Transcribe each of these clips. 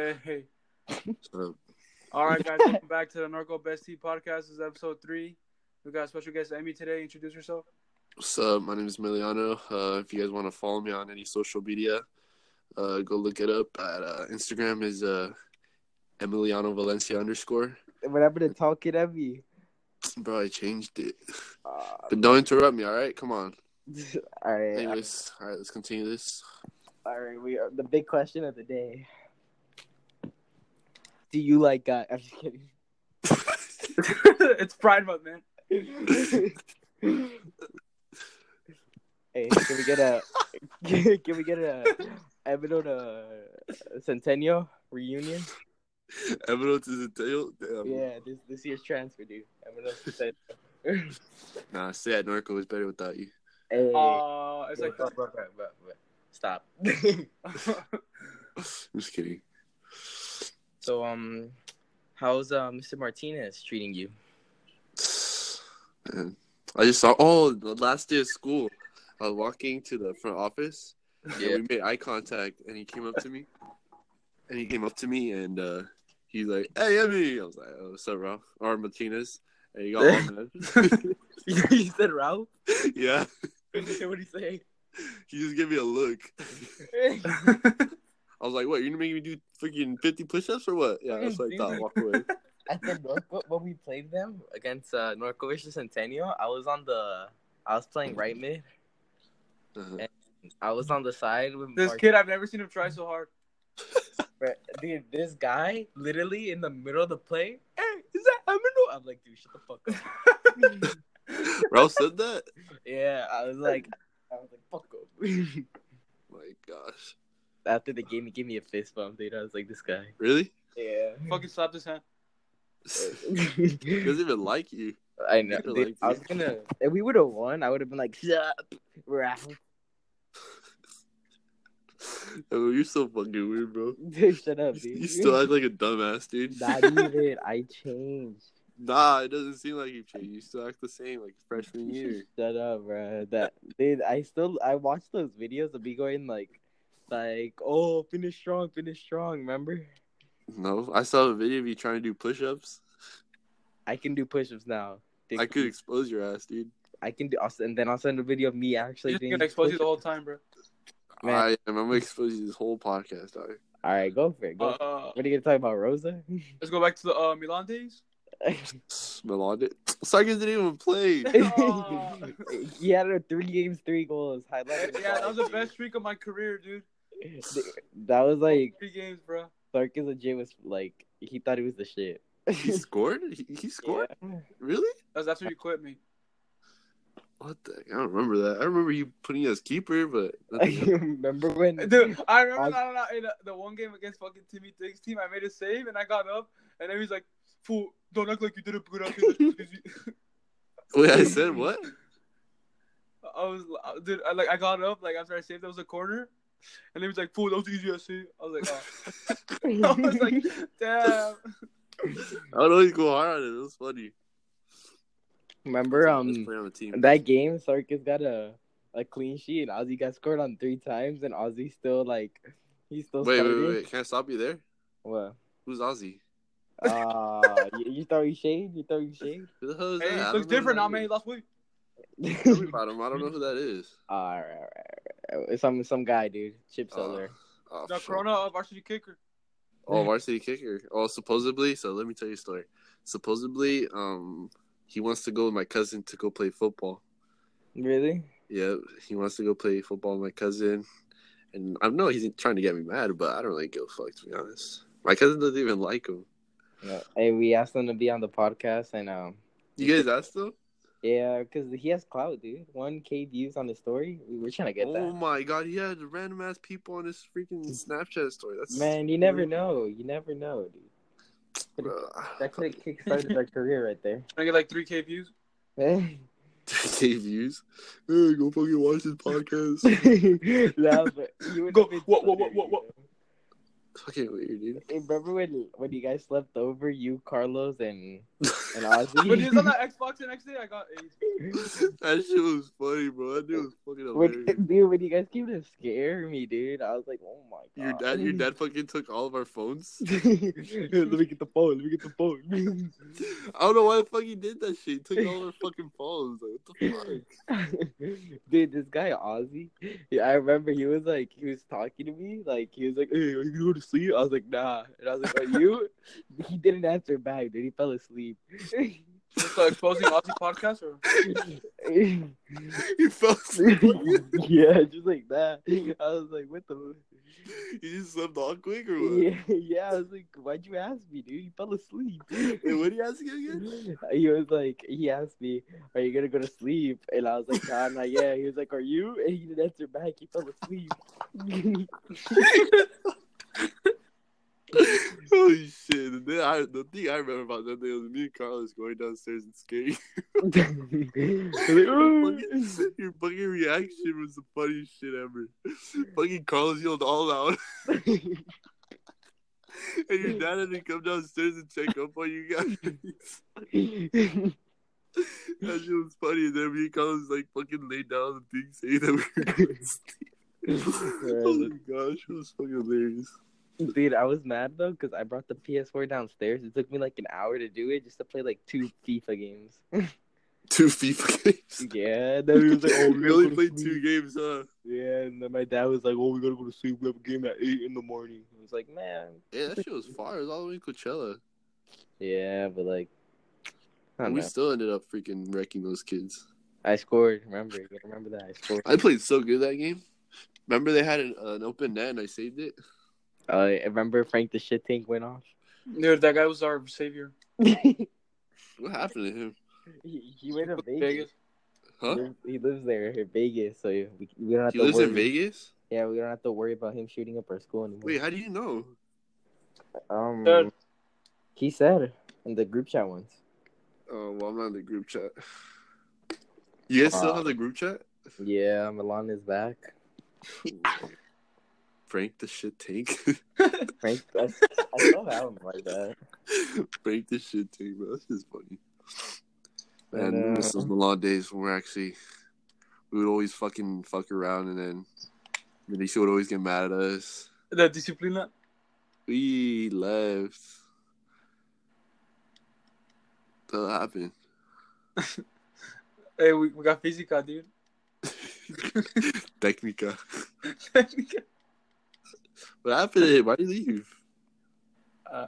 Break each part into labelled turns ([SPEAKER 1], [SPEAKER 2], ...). [SPEAKER 1] Hey.
[SPEAKER 2] So,
[SPEAKER 1] All right, guys. welcome back to the Narco Bestie Podcast. This is episode three. We got a special guest Emmy today. Introduce yourself.
[SPEAKER 2] what's up? My name is Miliano. Uh, if you guys want to follow me on any social media, uh, go look it up. At uh, Instagram is uh, Emiliano Valencia underscore.
[SPEAKER 3] What happened to talking at me?
[SPEAKER 2] Bro, I changed it.
[SPEAKER 3] Uh,
[SPEAKER 2] But don't interrupt me. All right, come on.
[SPEAKER 3] all right,
[SPEAKER 2] Anyways, all right, let's continue this.
[SPEAKER 3] all right. We are the big question of the day. Do you like God? I'm just kidding.
[SPEAKER 1] it's Pride Month, man.
[SPEAKER 3] hey, can we get a can we get a Eminem to Centennial reunion?
[SPEAKER 2] Emiliano to the tail. Damn.
[SPEAKER 3] Yeah, this this year's transfer, dude. Eminem Centennial.
[SPEAKER 2] Nah, stay at Norco was better without you.
[SPEAKER 3] hey,
[SPEAKER 1] Uh, it's like
[SPEAKER 3] Bro, bro, bro, bro, bro. stop.
[SPEAKER 2] I'm just kidding.
[SPEAKER 3] so um, how's uh, Mr. Martinez treating you?
[SPEAKER 2] Man, I just saw. Oh, the last day of school, I was walking to the front office.
[SPEAKER 3] Yeah.
[SPEAKER 2] And we made eye contact, and he came up to me, and he came up to me, and uh, he's like, "Hey, Emmy." I was like, "Oh, what's up, Ralph?" Or Martinez. And he got all mad.
[SPEAKER 3] you said Ralph.
[SPEAKER 2] yeah,
[SPEAKER 3] what do you say?
[SPEAKER 2] he just gave me a look. I was like, "What? You're gonna make me do freaking 50 push-ups or what?" Yeah, that's what I thought. Walk away.
[SPEAKER 3] At the Norco, when we played them against uh, Norco Vista Centennial, I was on the, I was playing right mid.
[SPEAKER 2] Uh-huh.
[SPEAKER 3] I was on the side with
[SPEAKER 1] this
[SPEAKER 3] Mark-
[SPEAKER 1] kid. I've never seen him try so hard.
[SPEAKER 3] Dude, this guy literally in the middle of the play. Hey, is that Eminem? I'm like, dude, shut the fuck up.
[SPEAKER 2] Ralph said that.
[SPEAKER 3] yeah, I was like, I was like, fuck up.
[SPEAKER 2] My gosh,
[SPEAKER 3] After the game, he gave me a fist bump, dude. I was like, this guy.
[SPEAKER 2] really?
[SPEAKER 3] Yeah.
[SPEAKER 1] Fucking slap his hand.
[SPEAKER 2] he doesn't even like you.
[SPEAKER 3] I know.
[SPEAKER 2] You're
[SPEAKER 3] dude,
[SPEAKER 2] like-
[SPEAKER 3] I was gonna. If we would have won, I would have been like, "Sup, Ralph."
[SPEAKER 2] Oh, you're so fucking weird, bro.
[SPEAKER 3] Dude, shut up, dude.
[SPEAKER 2] You still act like a dumbass, dude.
[SPEAKER 3] Not even. I changed.
[SPEAKER 2] Nah, it doesn't seem like you've changed. You still act the same like freshman year.
[SPEAKER 3] Shut up, bro. That dude. I still. I watched those videos of me going like, like, oh, finish strong, finish strong. Remember?
[SPEAKER 2] No, I saw a video of you trying to do push-ups.
[SPEAKER 3] I can do push-ups now. Dude,
[SPEAKER 2] I could expose your ass, dude.
[SPEAKER 3] I can do. I'll, s- and then I'll send a video of me actually
[SPEAKER 1] He's
[SPEAKER 3] doing.
[SPEAKER 1] gonna expose you the
[SPEAKER 3] push-ups.
[SPEAKER 1] whole time, bro.
[SPEAKER 3] Man.
[SPEAKER 2] I am. I'm gonna expose you this whole podcast. Dog.
[SPEAKER 3] All right, go for it. Go. for it.
[SPEAKER 1] Uh,
[SPEAKER 3] What are you gonna talk about, Rosa?
[SPEAKER 1] let's go back to the uh, Milan days.
[SPEAKER 2] Milan did. Sarkis didn't even play.
[SPEAKER 1] Oh.
[SPEAKER 3] he had a three games, three goals highlight.
[SPEAKER 1] Yeah, that was the best streak of my career, dude.
[SPEAKER 3] That was like
[SPEAKER 1] Three games, bro.
[SPEAKER 3] Sarkis legit was like he thought he was the shit.
[SPEAKER 2] he scored. He, he scored. Really?
[SPEAKER 1] That's after you quit me.
[SPEAKER 2] What the? Heck? I don't remember that. I remember you putting you as keeper, but nothing-
[SPEAKER 3] Remember when?
[SPEAKER 1] Dude, I remember
[SPEAKER 3] I-
[SPEAKER 1] that, that- in uh, the one game against fucking Timmy Diggs team. I made a save and I got up, and then he's like, "Fool, don't act like you didn't put up." here."
[SPEAKER 2] wait, I said what?
[SPEAKER 1] I was, dude, I, like I got up like after I saved, that was a corner, and he was like, "Fool, that was easy to save." I was like, oh. "I was like, damn."
[SPEAKER 2] I would always go hard on it. It was funny.
[SPEAKER 3] Remember
[SPEAKER 2] Let's
[SPEAKER 3] um
[SPEAKER 2] play on the team.
[SPEAKER 3] that game? Sarkis got a a clean sheet. and Ozzy got scored on three times, and Ozzy still like he still
[SPEAKER 2] Wait, wait,
[SPEAKER 3] started.
[SPEAKER 2] wait, wait! Can I stop you there?
[SPEAKER 3] What?
[SPEAKER 2] Who's Ozzy?
[SPEAKER 3] Uh, you, you throw you shade? You throw you shade?
[SPEAKER 2] Who the hell is
[SPEAKER 1] Hey,
[SPEAKER 2] that? I
[SPEAKER 1] it
[SPEAKER 2] don't
[SPEAKER 1] looks
[SPEAKER 2] know who
[SPEAKER 1] different
[SPEAKER 2] that
[SPEAKER 1] now, man.
[SPEAKER 2] is.
[SPEAKER 1] He lost weight.
[SPEAKER 2] Tell me about him. I don't know who that is.
[SPEAKER 3] all right, all right, all right. Some some guy, dude, chip
[SPEAKER 1] Uh.
[SPEAKER 2] Oh,
[SPEAKER 3] seller.
[SPEAKER 2] oh,
[SPEAKER 1] The
[SPEAKER 2] fuck.
[SPEAKER 1] Corona uh, varsity kicker.
[SPEAKER 2] Oh, varsity kicker. Oh, supposedly. So let me tell you a story. Supposedly, um, he wants to go with my cousin to go play football.
[SPEAKER 3] Really?
[SPEAKER 2] Yeah, he wants to go play football with my cousin, and I know he's trying to get me mad, but I don't really give a fuck to be honest. My cousin doesn't even like him.
[SPEAKER 3] Yeah. Hey, we asked him to be on the podcast, and um,
[SPEAKER 2] You guys asked him?
[SPEAKER 3] yeah, because he has clout, dude. One k views on the story. We were trying to get
[SPEAKER 2] Oh
[SPEAKER 3] that.
[SPEAKER 2] my god, he had random ass people on his freaking Snapchat story. That's
[SPEAKER 3] Man, you never know. You never know, dude.
[SPEAKER 2] Bro,
[SPEAKER 3] That could have kickstarted their career right there.
[SPEAKER 1] I get like three K views.
[SPEAKER 2] gave views. Hey, go fucking watch this podcast.
[SPEAKER 3] no, but you would
[SPEAKER 1] Go,
[SPEAKER 3] have been
[SPEAKER 1] what, what, what, what, what?
[SPEAKER 2] Fucking weird, dude.
[SPEAKER 3] Hey, remember when when you guys slept over, you, Carlos, and and
[SPEAKER 1] When he was on
[SPEAKER 3] Ozzy?
[SPEAKER 1] that Xbox the next day, I got AIDS.
[SPEAKER 2] that shit was funny, bro. That dude was fucking
[SPEAKER 3] when,
[SPEAKER 2] hilarious.
[SPEAKER 3] dude, when you guys came to scare me, dude, I was like, oh my god.
[SPEAKER 2] Your dad, your dad fucking took all of our phones.
[SPEAKER 3] Let me get the phone. Let me get the phone.
[SPEAKER 2] I don't know why the fuck he did that shit. He took all of our fucking phones. Like, what the fuck?
[SPEAKER 3] Dude, this guy Ozzy, yeah, I remember he was like, he was talking to me, like he was like, "Hey, are you gonna go to sleep?" I was like, "Nah," and I was like, "Are you?" he didn't answer back, dude. He fell asleep.
[SPEAKER 1] Just uh, exposing Aussie podcast or
[SPEAKER 2] He fell asleep.
[SPEAKER 3] yeah, just like that. I was like, "What the?"
[SPEAKER 2] He just slept on quick or what?
[SPEAKER 3] Yeah, yeah, I was like, "Why'd you ask me, dude?" He fell asleep.
[SPEAKER 2] Hey, what did he ask you again?
[SPEAKER 3] He was like, he asked me, "Are you gonna go to sleep?" And I was like, "Nah, nah, yeah." He was like, "Are you?" And he didn't answer back. He fell asleep.
[SPEAKER 2] Holy shit. The, thing I, the thing I remember about that day was me and Carlos going downstairs and skating. your, fucking, your fucking reaction was the funniest shit ever. fucking Carlos yelled all out, and your dad had to come downstairs and check up on you guys. that shit was funny. And then me and Carlos like fucking laid down the thing saying that we were going to sleep. oh my gosh, it was fucking hilarious.
[SPEAKER 3] Dude, I was mad though because I brought the PS4 downstairs. It took me like an hour to do it just to play like two FIFA games.
[SPEAKER 2] Two FIFA games.
[SPEAKER 3] yeah, then he was like, "Oh,
[SPEAKER 2] we only played two games, huh?
[SPEAKER 3] Yeah, and then my dad was like, "Oh, we gotta go to sleep. We have a game at eight in the morning." I was like, "Man,
[SPEAKER 2] Yeah, that shit was fire. It was all the way in Coachella.
[SPEAKER 3] yeah, but like, I don't
[SPEAKER 2] We
[SPEAKER 3] know.
[SPEAKER 2] still ended up freaking wrecking those kids.
[SPEAKER 3] I scored. Remember, you gotta remember that I scored.
[SPEAKER 2] I played so good that game. Remember they had an, an open net and I saved it.
[SPEAKER 3] Uh, I remember Frank the shit tank went off.
[SPEAKER 1] dude, that guy was our savior.
[SPEAKER 3] he,
[SPEAKER 2] What happened to him?
[SPEAKER 3] he went to Vegas.
[SPEAKER 1] Vegas.
[SPEAKER 3] He,
[SPEAKER 2] Huh?
[SPEAKER 3] lives, he lives there in Vegas, so we, we don't have
[SPEAKER 2] He
[SPEAKER 3] to
[SPEAKER 2] lives
[SPEAKER 3] worry.
[SPEAKER 2] in Vegas.
[SPEAKER 3] Yeah, we don't have to worry about him shooting up our school anymore.
[SPEAKER 2] Wait, how do you know?
[SPEAKER 3] um,
[SPEAKER 1] Dude.
[SPEAKER 3] he said in the group chat once.
[SPEAKER 2] Oh well, I'm not in the group chat. You guys still
[SPEAKER 3] Wow.
[SPEAKER 2] have the group chat?
[SPEAKER 3] Yeah, Milan is back.
[SPEAKER 2] Frank the shit tank.
[SPEAKER 3] Frank, I, I love having him like that.
[SPEAKER 2] Frank the shit tank, bro. That's just funny.
[SPEAKER 3] And,
[SPEAKER 2] Man, this
[SPEAKER 3] uh,
[SPEAKER 2] was the long days when we're actually we would always fucking fuck around and then Manisha would always get mad at us.
[SPEAKER 1] The disciplina.
[SPEAKER 2] We left. That happened.
[SPEAKER 1] Hey, eh, we, we got physica, dude.
[SPEAKER 2] Technica. What happened to him? Why did he leave?
[SPEAKER 3] I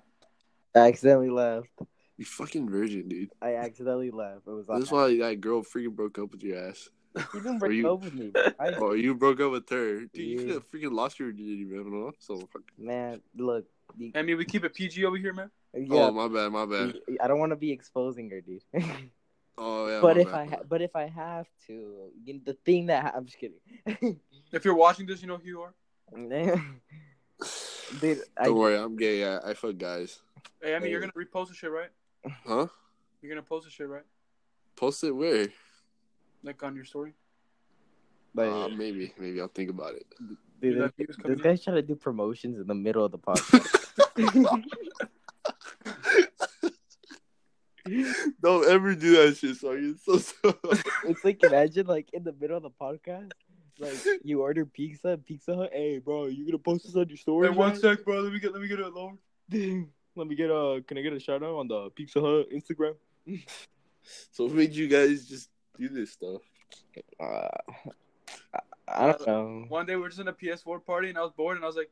[SPEAKER 3] accidentally left.
[SPEAKER 2] You fucking virgin, dude.
[SPEAKER 3] I accidentally left. It was.
[SPEAKER 2] That's
[SPEAKER 3] on
[SPEAKER 2] why that girl freaking broke up with your ass.
[SPEAKER 3] accident. You didn't
[SPEAKER 2] Are
[SPEAKER 3] break
[SPEAKER 2] you- Oh.
[SPEAKER 3] up with me. bro. I,
[SPEAKER 2] Or you broke up with her. Dude, you
[SPEAKER 3] Yeah.
[SPEAKER 2] could have freaking lost your virginity, man. No, I'm So fucking...
[SPEAKER 3] man, look. you-
[SPEAKER 1] I mean, we keep it PG over here, man.
[SPEAKER 2] Oh,
[SPEAKER 3] Yeah,
[SPEAKER 2] my bad, my bad.
[SPEAKER 3] I don't want to be exposing her, dude.
[SPEAKER 2] Oh, yeah.
[SPEAKER 3] but
[SPEAKER 2] my
[SPEAKER 3] if
[SPEAKER 2] bad.
[SPEAKER 3] I ha- but if I have to, you know, the thing that ha- I'm just kidding.
[SPEAKER 1] If you're watching this, you know who you are.
[SPEAKER 3] Dude, I
[SPEAKER 2] Don't worry, I'm gay. I, I fuck guys.
[SPEAKER 1] Hey, I mean, you're
[SPEAKER 3] Hey.
[SPEAKER 1] gonna repost the shit, right?
[SPEAKER 2] Huh?
[SPEAKER 1] You're gonna post the shit, right?
[SPEAKER 2] Post it where?
[SPEAKER 1] Like on your story.
[SPEAKER 3] but
[SPEAKER 2] Uh, maybe. Maybe I'll think about it.
[SPEAKER 3] dude,
[SPEAKER 1] Um, You got views
[SPEAKER 3] this,
[SPEAKER 1] coming
[SPEAKER 3] this
[SPEAKER 1] in?
[SPEAKER 3] guy's trying to do promotions in the middle of the podcast.
[SPEAKER 2] Don't ever do that shit, Sorry, It's so, so...
[SPEAKER 3] it's like imagine like in the middle of the podcast, like you order pizza, Pizza Hut. Hey, bro, you gonna post this on your story?
[SPEAKER 1] Hey, one
[SPEAKER 3] bro?"
[SPEAKER 1] sec, bro. Let me get let me get it lower.
[SPEAKER 3] Let me get a. Can I get a shout out on the Pizza Hut Instagram?
[SPEAKER 2] so what made you guys just do this stuff?
[SPEAKER 3] Uh, I, I don't know.
[SPEAKER 1] One day we were just in a PS4 party, and I was bored, and I was like,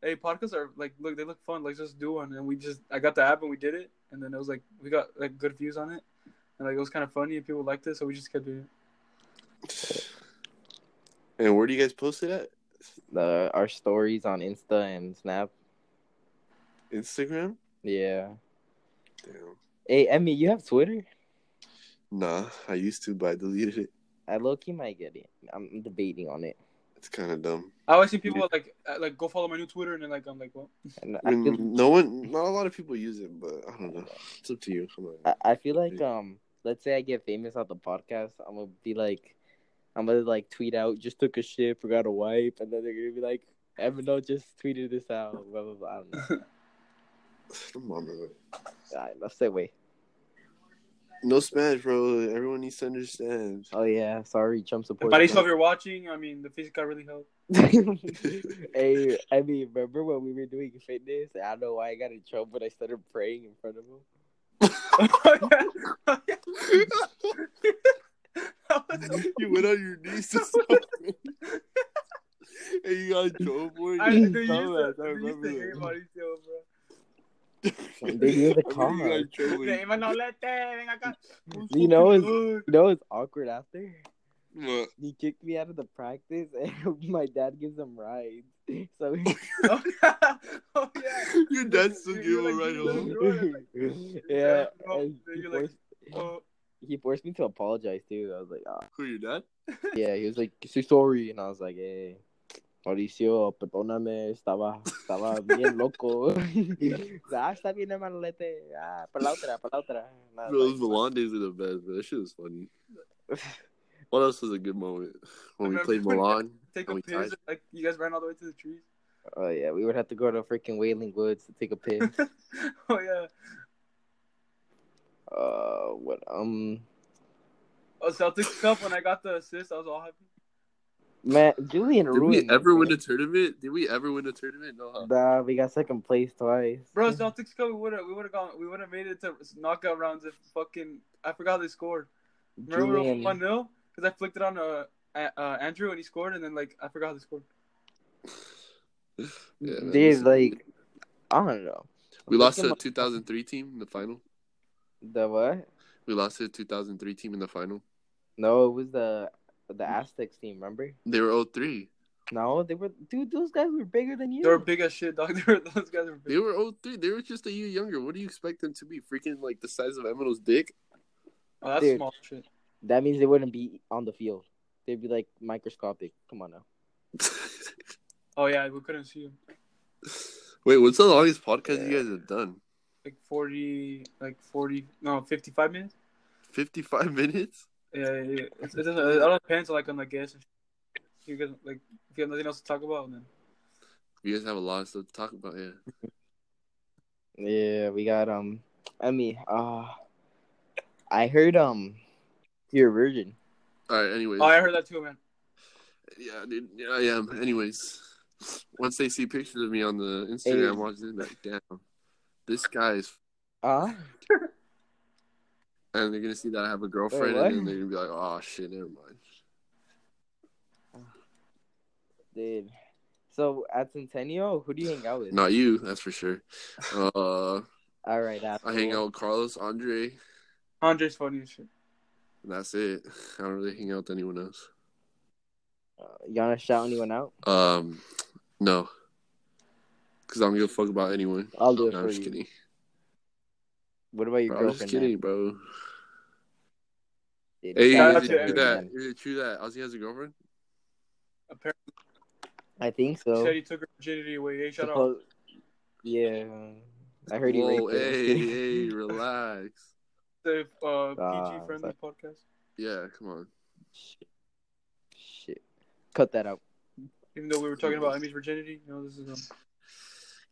[SPEAKER 1] "Hey, podcasts are like look, they look fun. Like just do one." And we just I got the app and we did it, and then it was like we got like good views on it, and like it was kind of funny and people liked it, so we just kept doing it.
[SPEAKER 2] And where do you guys post it at?
[SPEAKER 3] The our stories on Insta and Snap.
[SPEAKER 2] Instagram?
[SPEAKER 3] Yeah.
[SPEAKER 2] Damn.
[SPEAKER 3] Hey, Emmy, you have Twitter?
[SPEAKER 2] Nah, I used to, but I deleted it.
[SPEAKER 3] I low key might get it. I'm debating on it.
[SPEAKER 2] It's kind of dumb.
[SPEAKER 1] I always see people like uh, like go follow my new Twitter, and then like I'm like, "Well,
[SPEAKER 3] And
[SPEAKER 2] I
[SPEAKER 3] I
[SPEAKER 1] Mm.
[SPEAKER 2] mean,
[SPEAKER 3] feel,
[SPEAKER 2] no one, not a lot of people use it, but I don't know. It's up to you. I'm not-
[SPEAKER 3] I, I feel like um, let's say I get famous on the podcast, I'm gonna be like, I'm gonna like tweet out, just took a shit, forgot to wipe, and then they're gonna be like, Eminem just tweeted this out. Blah blah blah. I don't know.
[SPEAKER 2] Come on, bro.
[SPEAKER 3] Alright, let's say wait.
[SPEAKER 2] No smash, bro. Everyone needs to understand.
[SPEAKER 3] Oh yeah, sorry, Trump
[SPEAKER 1] But
[SPEAKER 3] supporter.
[SPEAKER 1] Marisol, if you're watching, I mean, the physical really helped.
[SPEAKER 3] hey, I mean, remember when we were doing fitness? I don't know why I got in trouble, but I started praying in front of him.
[SPEAKER 1] Oh
[SPEAKER 2] you went on your knees to something. and you got Joe for it.
[SPEAKER 1] I,
[SPEAKER 2] You
[SPEAKER 1] dude, you used
[SPEAKER 2] dumbass.
[SPEAKER 1] to,
[SPEAKER 2] I
[SPEAKER 1] you used
[SPEAKER 2] remember
[SPEAKER 1] to hate
[SPEAKER 2] that.
[SPEAKER 1] Mauricio, bro.
[SPEAKER 3] Dude, you're the
[SPEAKER 2] I remember
[SPEAKER 3] car.
[SPEAKER 2] You got Joe with
[SPEAKER 1] Hey, Manolete, ven acá.
[SPEAKER 3] You know, it's-
[SPEAKER 1] Good.
[SPEAKER 3] You know it's awkward after?
[SPEAKER 2] What?
[SPEAKER 3] He kicked me out of the practice, and my dad gives him rides. So
[SPEAKER 1] oh, yeah. Oh, yeah.
[SPEAKER 2] Your dad still gave him a ride
[SPEAKER 1] Little
[SPEAKER 2] home.
[SPEAKER 1] girl,
[SPEAKER 3] yeah,
[SPEAKER 1] bro,
[SPEAKER 3] and
[SPEAKER 1] then
[SPEAKER 3] he,
[SPEAKER 1] you're like-
[SPEAKER 3] forced,
[SPEAKER 1] Oh,
[SPEAKER 3] he forced me to apologize too. I was like, ah.
[SPEAKER 2] Who, your dad?
[SPEAKER 3] yeah, he was like, "Soy sorry," and I was like, "Hey, Mauricio, perdóname, estaba, estaba bien loco." ah, está bien, hermanolete. Ah, para la otra, para la otra. And I
[SPEAKER 2] Bro, those
[SPEAKER 3] was like,
[SPEAKER 2] Milan days are the best, bro. That shit was funny. What else was a good moment? When we
[SPEAKER 1] remember
[SPEAKER 2] played
[SPEAKER 1] when-
[SPEAKER 2] Milan.
[SPEAKER 1] take
[SPEAKER 2] and
[SPEAKER 1] a
[SPEAKER 2] we
[SPEAKER 1] piss.
[SPEAKER 2] tied.
[SPEAKER 1] Like, you guys ran all the way to the trees.
[SPEAKER 3] oh yeah, we would have to go to freaking Wailing Woods to take a piss.
[SPEAKER 1] oh, yeah.
[SPEAKER 3] uh, what? Um,
[SPEAKER 1] Oh, Celtics Cup, when I got the assist, I was all happy.
[SPEAKER 3] man, Julian
[SPEAKER 2] Did
[SPEAKER 3] ruined.
[SPEAKER 2] we ever
[SPEAKER 3] it,
[SPEAKER 2] win a uh, tournament? Did we ever win a tournament? No. huh?
[SPEAKER 3] Nah, we got second place twice.
[SPEAKER 1] Bro, Celtics Cup, we would have we would have gone, we would have made it to knockout rounds if fucking, I forgot they scored. Remember when we
[SPEAKER 3] Julian,
[SPEAKER 1] won 1 0? Because I flicked it on uh, A- uh, Andrew and he scored, and then, like, I forgot how they scored.
[SPEAKER 2] Yeah, man,
[SPEAKER 3] dude,
[SPEAKER 2] this-
[SPEAKER 3] like, I don't know.
[SPEAKER 2] We
[SPEAKER 3] I'm
[SPEAKER 2] lost to
[SPEAKER 3] thinking
[SPEAKER 2] the
[SPEAKER 3] about-
[SPEAKER 2] 2003 team in the final.
[SPEAKER 3] the what?
[SPEAKER 2] We lost to the 2003 team in the final.
[SPEAKER 3] No, it was the the Aztecs team. Remember?
[SPEAKER 2] They were 03.
[SPEAKER 3] No, they were dude. Those guys were bigger than you.
[SPEAKER 1] They were big as shit, dog. They were, those guys were
[SPEAKER 2] They
[SPEAKER 1] big.
[SPEAKER 2] were 03. They were just a year younger. What do you expect them to be? Freaking like the size of Emil's dick?
[SPEAKER 1] Oh, that's
[SPEAKER 3] Dude.
[SPEAKER 1] small shit.
[SPEAKER 3] That means they wouldn't be on the field. They'd be like microscopic. Come on now.
[SPEAKER 1] Oh, yeah, we couldn't see him.
[SPEAKER 2] Wait, what's the longest podcast you guys have done?
[SPEAKER 1] Like 40, like 40, no, 55 minutes?
[SPEAKER 2] 55 minutes?
[SPEAKER 1] Yeah, yeah, yeah. It, it doesn't, it all depends, like, on the guests and shit. You guys, like, if you have nothing else to talk about, then.
[SPEAKER 2] You guys have a lot of stuff to talk about, yeah.
[SPEAKER 3] Yeah, we got um. I mean, uh, I heard um, you're a virgin.
[SPEAKER 2] All right, anyways.
[SPEAKER 1] Oh, I heard that too, man.
[SPEAKER 2] Yeah, dude. Yeah, I am. Anyways, once they see pictures of me on the
[SPEAKER 3] Hey.
[SPEAKER 2] Instagram, watching like, damn, this guy is. f-
[SPEAKER 3] Uh
[SPEAKER 2] And they're gonna see that I have a girlfriend,
[SPEAKER 3] what?
[SPEAKER 2] and then they're gonna be like, "Oh shit, never mind."
[SPEAKER 3] dude. So at Centennial, who do you hang out with?
[SPEAKER 2] Not you, that's for sure. Uh,
[SPEAKER 3] All right,
[SPEAKER 2] I hang out with Carlos, Andre,
[SPEAKER 1] Andre's funny as shit.
[SPEAKER 2] and that's it. I don't really hang out with anyone else.
[SPEAKER 3] Uh, you wanna shout anyone out?
[SPEAKER 2] Um, no, because I don't give a fuck about anyone.
[SPEAKER 3] I'll do it
[SPEAKER 2] No, I'm
[SPEAKER 3] for
[SPEAKER 2] just
[SPEAKER 3] you.
[SPEAKER 2] kidding.
[SPEAKER 3] What about your
[SPEAKER 2] Bro, I'm just
[SPEAKER 3] girlfriend? then?
[SPEAKER 2] kidding, bro.
[SPEAKER 3] Dude,
[SPEAKER 2] Hey,
[SPEAKER 3] shout out
[SPEAKER 1] that's
[SPEAKER 2] is it
[SPEAKER 3] to
[SPEAKER 1] it.
[SPEAKER 2] true
[SPEAKER 3] her,
[SPEAKER 2] that?
[SPEAKER 3] man.
[SPEAKER 2] Is it true that Ozzy has a girlfriend?
[SPEAKER 1] Apparently,
[SPEAKER 3] I think
[SPEAKER 1] he
[SPEAKER 3] so.
[SPEAKER 1] said he took her virginity away. Hey, shout out.
[SPEAKER 3] Suppo- Yeah, I heard you.
[SPEAKER 2] Whoa,
[SPEAKER 3] raped her.
[SPEAKER 2] hey, hey, relax.
[SPEAKER 1] The uh,
[SPEAKER 3] Ah,
[SPEAKER 1] PG friendly
[SPEAKER 3] sorry.
[SPEAKER 1] podcast.
[SPEAKER 2] Yeah, come on.
[SPEAKER 3] Shit. Shit. Cut that out.
[SPEAKER 1] Even though we were talking about Emmy's virginity, you know, this is. Um,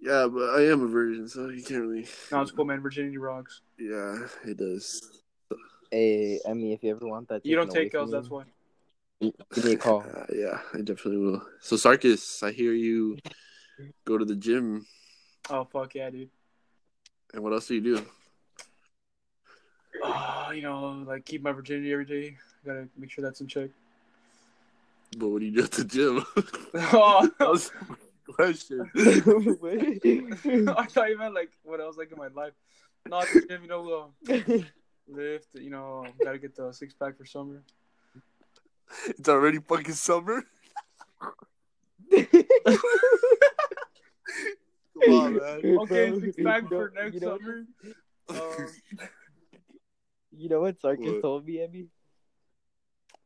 [SPEAKER 2] Yeah, but I am a virgin, so you can't really.
[SPEAKER 1] no, it's cool, man. Virginity rocks.
[SPEAKER 2] Yeah, it does.
[SPEAKER 3] Hey, I mean, if you ever want that,
[SPEAKER 1] You don't
[SPEAKER 3] taken
[SPEAKER 1] take
[SPEAKER 3] away
[SPEAKER 1] L's,
[SPEAKER 3] from
[SPEAKER 1] that's
[SPEAKER 3] you,
[SPEAKER 1] why.
[SPEAKER 3] Give me a call.
[SPEAKER 2] Uh, yeah, I definitely will. So, Sarkis, I hear you go to the gym,
[SPEAKER 1] Oh, fuck yeah, dude.
[SPEAKER 2] and what else do you do?
[SPEAKER 1] Oh, you know, like keep my virginity every day. Gotta make sure that's in check.
[SPEAKER 2] But what do you do at the gym?
[SPEAKER 1] oh,
[SPEAKER 2] that was my question.
[SPEAKER 1] I thought you meant like what else like in my life. Not the gym, you know, uh, lift. You know, gotta get the six pack for summer.
[SPEAKER 2] It's already fucking summer. Come on, man.
[SPEAKER 1] Okay,
[SPEAKER 3] Bro,
[SPEAKER 1] six pack
[SPEAKER 3] you
[SPEAKER 1] for
[SPEAKER 3] know-
[SPEAKER 1] next
[SPEAKER 3] you know-
[SPEAKER 1] summer. Um,
[SPEAKER 3] You know what Sarkis
[SPEAKER 2] What?
[SPEAKER 3] told me, Emmy?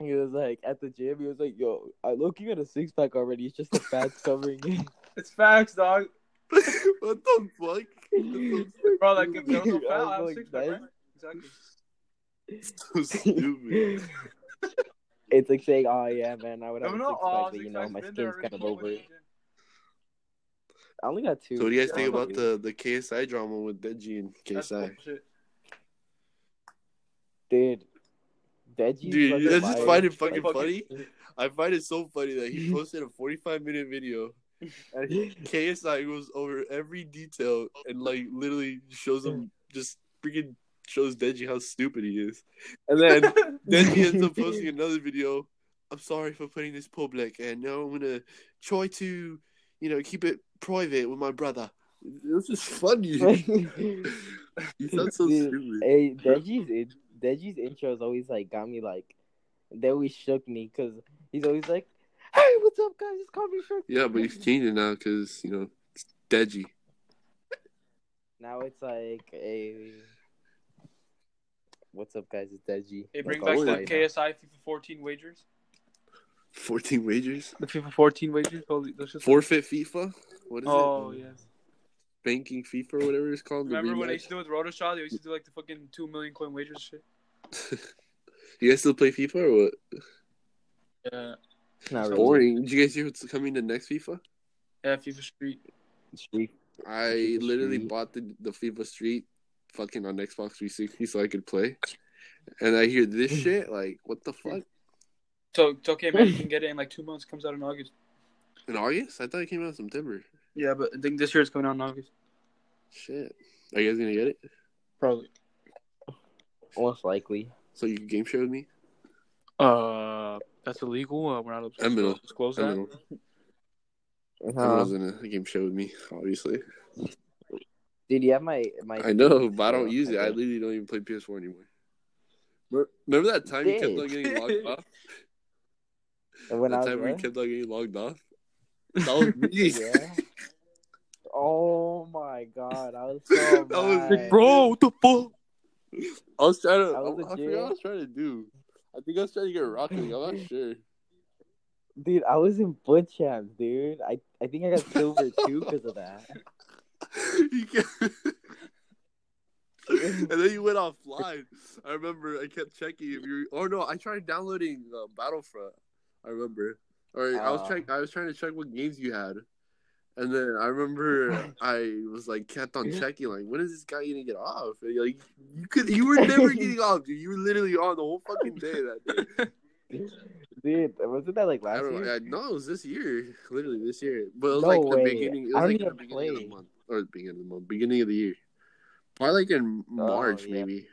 [SPEAKER 3] He was like at the gym. He was like, "Yo, I'm looking at a six pack already. It's just the fats covering it."
[SPEAKER 1] it's facts, dog.
[SPEAKER 2] what the fuck? That's
[SPEAKER 1] Bro, like if there was no
[SPEAKER 3] I
[SPEAKER 1] fat, I have
[SPEAKER 3] was
[SPEAKER 1] six pack,
[SPEAKER 3] like,
[SPEAKER 1] right? Exactly.
[SPEAKER 2] so stupid.
[SPEAKER 3] It's like saying, "Oh yeah, man, I would
[SPEAKER 1] I
[SPEAKER 3] have
[SPEAKER 1] mean,
[SPEAKER 3] a
[SPEAKER 1] no,
[SPEAKER 3] six
[SPEAKER 1] oh,
[SPEAKER 3] pack, but
[SPEAKER 1] six
[SPEAKER 3] you know,
[SPEAKER 1] pack's
[SPEAKER 3] my
[SPEAKER 1] been there already.
[SPEAKER 3] skin's kind of
[SPEAKER 1] What
[SPEAKER 3] over
[SPEAKER 1] do you
[SPEAKER 3] it."
[SPEAKER 1] do?
[SPEAKER 3] I only got two.
[SPEAKER 2] So what do you guys
[SPEAKER 3] I
[SPEAKER 2] think
[SPEAKER 3] don't
[SPEAKER 2] about
[SPEAKER 3] know.
[SPEAKER 2] the the KSI drama with Deji and
[SPEAKER 1] That's
[SPEAKER 2] KSI?
[SPEAKER 1] bullshit.
[SPEAKER 3] dude? Veggie.
[SPEAKER 2] Dude, you guys just
[SPEAKER 1] liar.
[SPEAKER 2] find it fucking
[SPEAKER 1] Fucking-
[SPEAKER 2] funny. I find it so funny that he posted a 45 minute video and KSI goes over every detail and like literally shows him just freaking shows Deji how stupid he is. And then Deji ends up posting another video. I'm sorry for putting this public and now I'm gonna try to, you know, keep it private with my brother. This is funny. he sounds so
[SPEAKER 3] Dude,
[SPEAKER 2] stupid.
[SPEAKER 3] Hey, Deji's in- Deji's intro is always like got me like, they always shook me because he's always like, "Hey, what's up, guys? Just call me Shook."
[SPEAKER 2] Yeah, but he's changing now because, you know, it's Deji.
[SPEAKER 3] Now it's like, "Hey, what's up, guys? It's Deji."
[SPEAKER 1] They
[SPEAKER 3] Like, oh,
[SPEAKER 1] bring back
[SPEAKER 2] always
[SPEAKER 1] the
[SPEAKER 2] like that.
[SPEAKER 1] KSI FIFA 14 wagers.
[SPEAKER 2] 14 wagers.
[SPEAKER 1] The FIFA 14 wagers. Holy, those just.
[SPEAKER 2] Forfeit FIFA? What is
[SPEAKER 1] Oh
[SPEAKER 3] Mm.
[SPEAKER 2] it?
[SPEAKER 1] yeah.
[SPEAKER 2] Banking FIFA or whatever it's called. the
[SPEAKER 1] Remember when they
[SPEAKER 2] rematch?
[SPEAKER 1] used to do with Rotoshaw? They used to do like the fucking two million coin wagers shit.
[SPEAKER 2] You guys still play FIFA or what?
[SPEAKER 1] Yeah.
[SPEAKER 3] Not really.
[SPEAKER 2] Boring. Did you guys hear what's coming to next FIFA?
[SPEAKER 1] Yeah, FIFA Street.
[SPEAKER 3] Street.
[SPEAKER 2] I
[SPEAKER 3] FIFA
[SPEAKER 2] literally
[SPEAKER 3] Street.
[SPEAKER 2] bought the, the FIFA Street fucking on Xbox 360 so I could play. And I hear
[SPEAKER 3] Mm.
[SPEAKER 2] this shit, like, what the fuck?
[SPEAKER 1] So it's okay, man. You can get it in like two months. Comes out in August.
[SPEAKER 2] In August? I thought it came out in September.
[SPEAKER 1] Yeah, but I think this year it's coming out in August.
[SPEAKER 2] Shit. Are you guys gonna get it?
[SPEAKER 1] Probably.
[SPEAKER 3] Most likely.
[SPEAKER 2] So you can game share with me?
[SPEAKER 1] Uh, that's illegal. Uh, we're not
[SPEAKER 2] I'm middle.
[SPEAKER 1] supposed to disclose
[SPEAKER 2] I
[SPEAKER 1] that.
[SPEAKER 2] don't know.
[SPEAKER 3] Uh, Um,
[SPEAKER 2] Everyone's gonna game share with me, obviously.
[SPEAKER 3] dude, you have my my.
[SPEAKER 2] I know, but I don't
[SPEAKER 3] Oh,
[SPEAKER 2] use it. I
[SPEAKER 3] okay.
[SPEAKER 2] literally don't even play PS4 anymore. Mer- Remember that time you kept
[SPEAKER 3] Dang.
[SPEAKER 2] on getting logged off?
[SPEAKER 3] And when
[SPEAKER 2] that
[SPEAKER 3] I was
[SPEAKER 2] time we
[SPEAKER 3] what?
[SPEAKER 2] kept on getting logged off? That was me.
[SPEAKER 3] yeah. Oh my god, I was so
[SPEAKER 2] That was-
[SPEAKER 3] mad.
[SPEAKER 1] what the fuck?
[SPEAKER 2] I was trying to.
[SPEAKER 3] That
[SPEAKER 2] I,
[SPEAKER 3] was
[SPEAKER 2] I
[SPEAKER 3] a
[SPEAKER 2] forgot what I
[SPEAKER 3] jam.
[SPEAKER 2] was trying to do. I think I was trying to get Rocket League. I'm not sure.
[SPEAKER 3] Dude, I was in foot champs, dude. I, I think I got silver too because of that.
[SPEAKER 2] You can't- and then you went offline. I remember I kept checking if you. Or no, I tried downloading uh, Battlefront. I remember. Or I was
[SPEAKER 3] Ah.
[SPEAKER 2] check. I was trying to check what games you had, and then I remember I was like kept on checking like, when is this guy gonna get off? And, like you could, you were never getting off, dude. You were literally on the whole fucking day that day.
[SPEAKER 3] Dude, wasn't that like
[SPEAKER 2] I
[SPEAKER 3] last
[SPEAKER 2] don't.
[SPEAKER 3] year?
[SPEAKER 2] I, no, it was this year, literally this year. But it was
[SPEAKER 3] No
[SPEAKER 2] like the
[SPEAKER 3] way.
[SPEAKER 2] beginning. It was
[SPEAKER 3] I
[SPEAKER 2] like
[SPEAKER 3] don't
[SPEAKER 2] the
[SPEAKER 3] even
[SPEAKER 2] beginning of the
[SPEAKER 3] play.
[SPEAKER 2] month or the beginning of the month, beginning of the year, probably like in March
[SPEAKER 3] Oh, yeah.
[SPEAKER 2] maybe.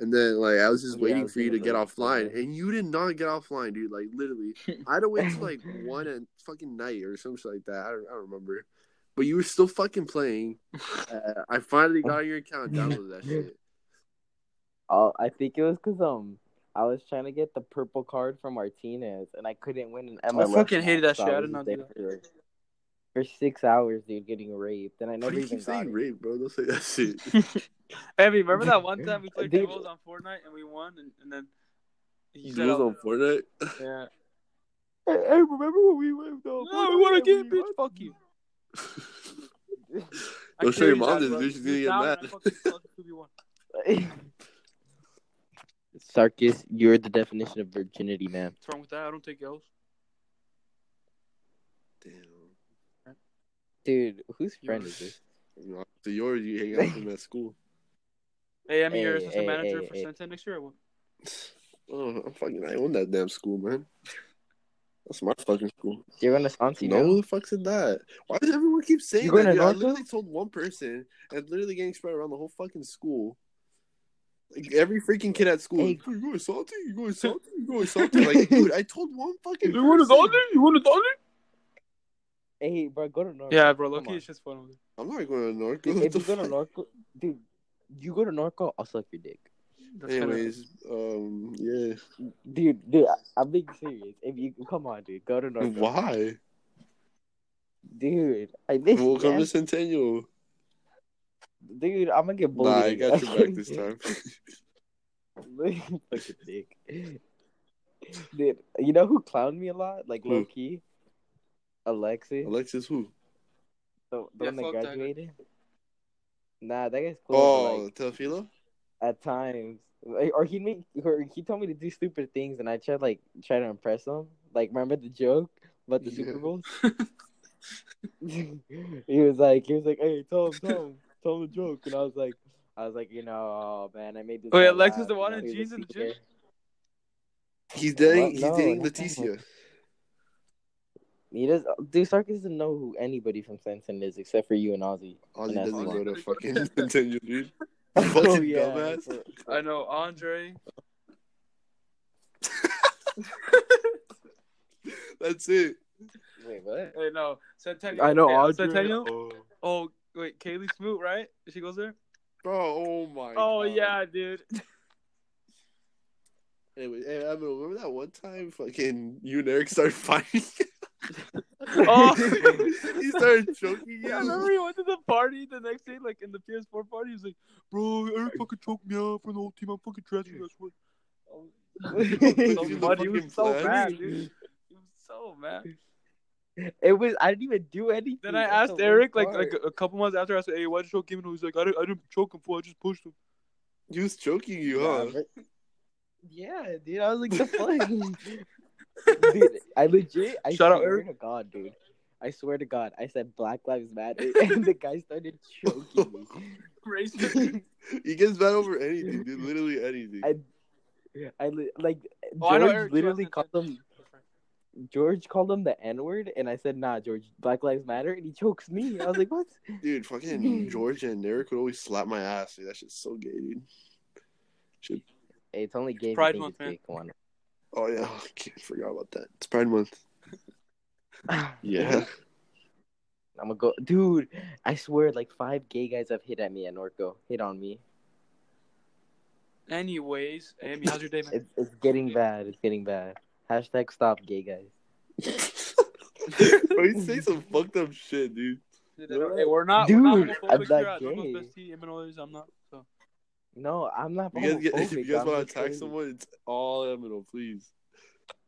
[SPEAKER 2] And then like I was just
[SPEAKER 3] Yeah, I
[SPEAKER 2] waiting
[SPEAKER 3] was
[SPEAKER 2] for you to
[SPEAKER 3] gonna
[SPEAKER 2] get
[SPEAKER 3] look for
[SPEAKER 2] offline,
[SPEAKER 3] it.
[SPEAKER 2] and you did not get offline, dude. Like literally, I had to wait till like one and fucking night or something like that. I don't, I don't remember. But you were still fucking playing. Uh, I finally got your account, downloaded that shit.
[SPEAKER 3] Oh, I think it was because um I was trying to get the purple card from Martinez and I couldn't win an MLS.
[SPEAKER 1] fucking hated
[SPEAKER 3] match,
[SPEAKER 1] that
[SPEAKER 3] so
[SPEAKER 1] shit. I
[SPEAKER 3] was
[SPEAKER 1] did not
[SPEAKER 3] there
[SPEAKER 1] do that.
[SPEAKER 3] For, like, for six hours, dude, getting raped, and I
[SPEAKER 2] Why
[SPEAKER 3] never
[SPEAKER 2] do you
[SPEAKER 3] even
[SPEAKER 2] keep
[SPEAKER 3] got
[SPEAKER 2] saying
[SPEAKER 3] it.
[SPEAKER 2] rape, bro? Don't say that shit.
[SPEAKER 1] Abby, remember that one time we played
[SPEAKER 3] Dude.
[SPEAKER 1] duels on Fortnite and we won, and, and then he
[SPEAKER 2] You
[SPEAKER 1] said,
[SPEAKER 2] was
[SPEAKER 1] all-
[SPEAKER 2] on Fortnite.
[SPEAKER 1] "Yeah,
[SPEAKER 3] Hey, hey, remember when we uh, lived on?
[SPEAKER 1] no, we won again, bitch. Fuck you."
[SPEAKER 2] Don't show your
[SPEAKER 1] carried that,
[SPEAKER 2] mom this,
[SPEAKER 1] bro.
[SPEAKER 2] bitch. She's
[SPEAKER 1] You
[SPEAKER 2] gonna get
[SPEAKER 1] down,
[SPEAKER 2] mad.
[SPEAKER 1] and I fucking lost 2v1.
[SPEAKER 3] Sarkis, you're the definition of virginity, man.
[SPEAKER 1] What's wrong with that? I don't take L's.
[SPEAKER 2] Damn.
[SPEAKER 3] Dude, whose
[SPEAKER 1] You're-
[SPEAKER 3] friend is this?
[SPEAKER 2] So yours, you hang out with him at school.
[SPEAKER 1] Hey, I mean, you're
[SPEAKER 3] Hey,
[SPEAKER 1] assistant
[SPEAKER 3] hey,
[SPEAKER 1] manager
[SPEAKER 3] hey,
[SPEAKER 1] for
[SPEAKER 3] hey.
[SPEAKER 1] Santan next year. or what?
[SPEAKER 2] Oh, I'm fucking. I own that damn school, man. That's my fucking school.
[SPEAKER 3] You're going to Sansi
[SPEAKER 2] No, who the fuck said that? Why does everyone keep saying
[SPEAKER 3] You
[SPEAKER 2] that?
[SPEAKER 3] going to
[SPEAKER 2] Dude, I
[SPEAKER 3] Norco?
[SPEAKER 2] literally told one person, and it's literally getting spread around the whole fucking school. Like every freaking kid at school,
[SPEAKER 3] Hey.
[SPEAKER 2] like, you going salty? You going salty? You going salty? Like, dude, I told one fucking.
[SPEAKER 1] wanna
[SPEAKER 2] person.
[SPEAKER 1] there? You want to go
[SPEAKER 3] Hey, bro, go to Norco.
[SPEAKER 1] Yeah, bro. Look,
[SPEAKER 3] Come on.
[SPEAKER 1] it's just fun.
[SPEAKER 2] I'm not going to Norco.
[SPEAKER 3] Dude,
[SPEAKER 2] What
[SPEAKER 3] if
[SPEAKER 2] the
[SPEAKER 3] you go to
[SPEAKER 2] fuck?
[SPEAKER 3] Norco, dude, you go to Norco, I'll suck your dick.
[SPEAKER 1] That's kinda-
[SPEAKER 2] Anyways, um, yeah.
[SPEAKER 3] Dude, dude, I, I'm being serious. If you come on, dude, go to Norco.
[SPEAKER 2] Why?
[SPEAKER 3] Dude, I miss
[SPEAKER 2] We'll come to
[SPEAKER 3] you.
[SPEAKER 2] Centennial.
[SPEAKER 3] Dude, I'm gonna get
[SPEAKER 2] Nah,
[SPEAKER 3] bullied.
[SPEAKER 2] I got your
[SPEAKER 3] again.
[SPEAKER 2] back this time.
[SPEAKER 3] Fucking dick. Dude, you know who clowned me a lot? Like
[SPEAKER 2] Who?
[SPEAKER 3] low key? Alexis.
[SPEAKER 2] Alexis, who?
[SPEAKER 3] the, the
[SPEAKER 1] Yeah,
[SPEAKER 3] one that
[SPEAKER 1] fuck that guy.
[SPEAKER 3] graduated. Nah, that guy's cool. but,
[SPEAKER 2] Oh,
[SPEAKER 3] like
[SPEAKER 2] Teofilo?
[SPEAKER 3] at times. Like, or he'd make or he told me to do stupid things and I tried like try to impress him. Like remember the joke about the
[SPEAKER 2] Yeah.
[SPEAKER 3] Super Bowls? he was like, he was like, hey, Tom, Tom, tell the joke, and I was like, I was like, you know, oh, man, I made this.
[SPEAKER 1] Wait,
[SPEAKER 3] guy
[SPEAKER 1] Alexis
[SPEAKER 3] laugh,
[SPEAKER 1] the
[SPEAKER 3] you
[SPEAKER 1] one
[SPEAKER 3] know,
[SPEAKER 1] in
[SPEAKER 3] he's a
[SPEAKER 1] G's in the
[SPEAKER 3] teacher."
[SPEAKER 1] gym?
[SPEAKER 2] He's dating.
[SPEAKER 3] What?
[SPEAKER 2] He's
[SPEAKER 3] No,
[SPEAKER 2] dating
[SPEAKER 3] that's not
[SPEAKER 2] Leticia.
[SPEAKER 3] He does. Dude, Sarkis doesn't know who anybody from Sanson is except for you and Ozzy.
[SPEAKER 2] Ozzy
[SPEAKER 3] that's
[SPEAKER 2] Oh,
[SPEAKER 3] Oh,
[SPEAKER 2] doesn't
[SPEAKER 3] why.
[SPEAKER 2] go to fucking Nintendo, dude. Fucking dumbass.
[SPEAKER 3] so-
[SPEAKER 1] I know Andre.
[SPEAKER 2] That's it.
[SPEAKER 3] Wait, what?
[SPEAKER 1] Hey, no Centennial.
[SPEAKER 3] I know
[SPEAKER 1] Yeah,
[SPEAKER 3] Audrey.
[SPEAKER 1] Centennial.
[SPEAKER 2] Oh,
[SPEAKER 1] Oh wait, Kaylee Smoot, right? She goes there.
[SPEAKER 2] bro. Oh my.
[SPEAKER 1] Oh
[SPEAKER 2] God.
[SPEAKER 1] yeah, dude.
[SPEAKER 2] Anyway, hey, I mean, remember that one time fucking you and Eric started fighting?
[SPEAKER 1] Oh.
[SPEAKER 2] he started choking
[SPEAKER 1] Yeah, I
[SPEAKER 2] you.
[SPEAKER 1] remember he went to the party the next day, like in the PS4 party. He was like, "Bro, Eric fucking choked me out for the whole team. I'm fucking trash. I swear."
[SPEAKER 2] He
[SPEAKER 1] So
[SPEAKER 2] was
[SPEAKER 1] mad. He
[SPEAKER 2] fucking
[SPEAKER 1] was so
[SPEAKER 2] flag.
[SPEAKER 1] mad, dude. He was so mad.
[SPEAKER 3] it was. I didn't even do anything.
[SPEAKER 1] Then I
[SPEAKER 3] That's
[SPEAKER 1] asked
[SPEAKER 3] the
[SPEAKER 1] Eric,
[SPEAKER 3] worst
[SPEAKER 1] like, like
[SPEAKER 3] part.
[SPEAKER 1] a couple months after, I said, "Hey, why did you choke him?" And he was like, "I didn't, I didn't choke him, fool. I just pushed him."
[SPEAKER 2] He was choking you, huh?
[SPEAKER 3] Nah, but- yeah, dude. I was like, the fuck, dude. I legit. I
[SPEAKER 1] Shout out,
[SPEAKER 3] swear
[SPEAKER 1] Eric.
[SPEAKER 3] to God, dude. I swear to God, I said Black Lives Matter, and the guy started choking
[SPEAKER 1] Racist.
[SPEAKER 3] me.
[SPEAKER 2] He gets mad over anything, dude. Literally anything.
[SPEAKER 3] I, I li- like
[SPEAKER 1] Oh, I know
[SPEAKER 3] George
[SPEAKER 1] Eric too,
[SPEAKER 3] literally
[SPEAKER 1] I
[SPEAKER 3] called
[SPEAKER 1] said-
[SPEAKER 3] him. George called him the N word, and I said, "Nah, George, Black Lives Matter," and he chokes me. I was like, "What?"
[SPEAKER 2] Dude, fucking George and Eric would always slap my ass. Dude, that shit's so gay, dude. Shit.
[SPEAKER 3] Hey, it's only gay. if you
[SPEAKER 1] Pride
[SPEAKER 3] think
[SPEAKER 1] Month,
[SPEAKER 3] it's
[SPEAKER 1] man.
[SPEAKER 3] gay, Come on.
[SPEAKER 2] Oh yeah, oh, okay, forgot about that. It's Pride Month. Yeah.
[SPEAKER 3] I'm gonna go, dude. I swear, like five gay guys have hit at me at Norco, hit on me.
[SPEAKER 1] Anyways, Amy, how's your day, man?
[SPEAKER 3] It's, it's getting bad. It's getting bad. Hashtag stop gay guys.
[SPEAKER 2] Bro, you say some fucked up shit, dude.
[SPEAKER 1] Hey, we're not, we're not
[SPEAKER 3] Dude, I'm
[SPEAKER 1] homophobic
[SPEAKER 3] not
[SPEAKER 1] here. I don't know
[SPEAKER 3] gay.
[SPEAKER 1] if bestie, Eminem, I'm not. So.
[SPEAKER 3] No, I'm not.
[SPEAKER 2] You guys get, if
[SPEAKER 3] homophobic,
[SPEAKER 2] you guys want
[SPEAKER 3] I'm
[SPEAKER 2] to
[SPEAKER 3] just
[SPEAKER 2] attack
[SPEAKER 3] saying-
[SPEAKER 2] someone, it's all Eminem, please.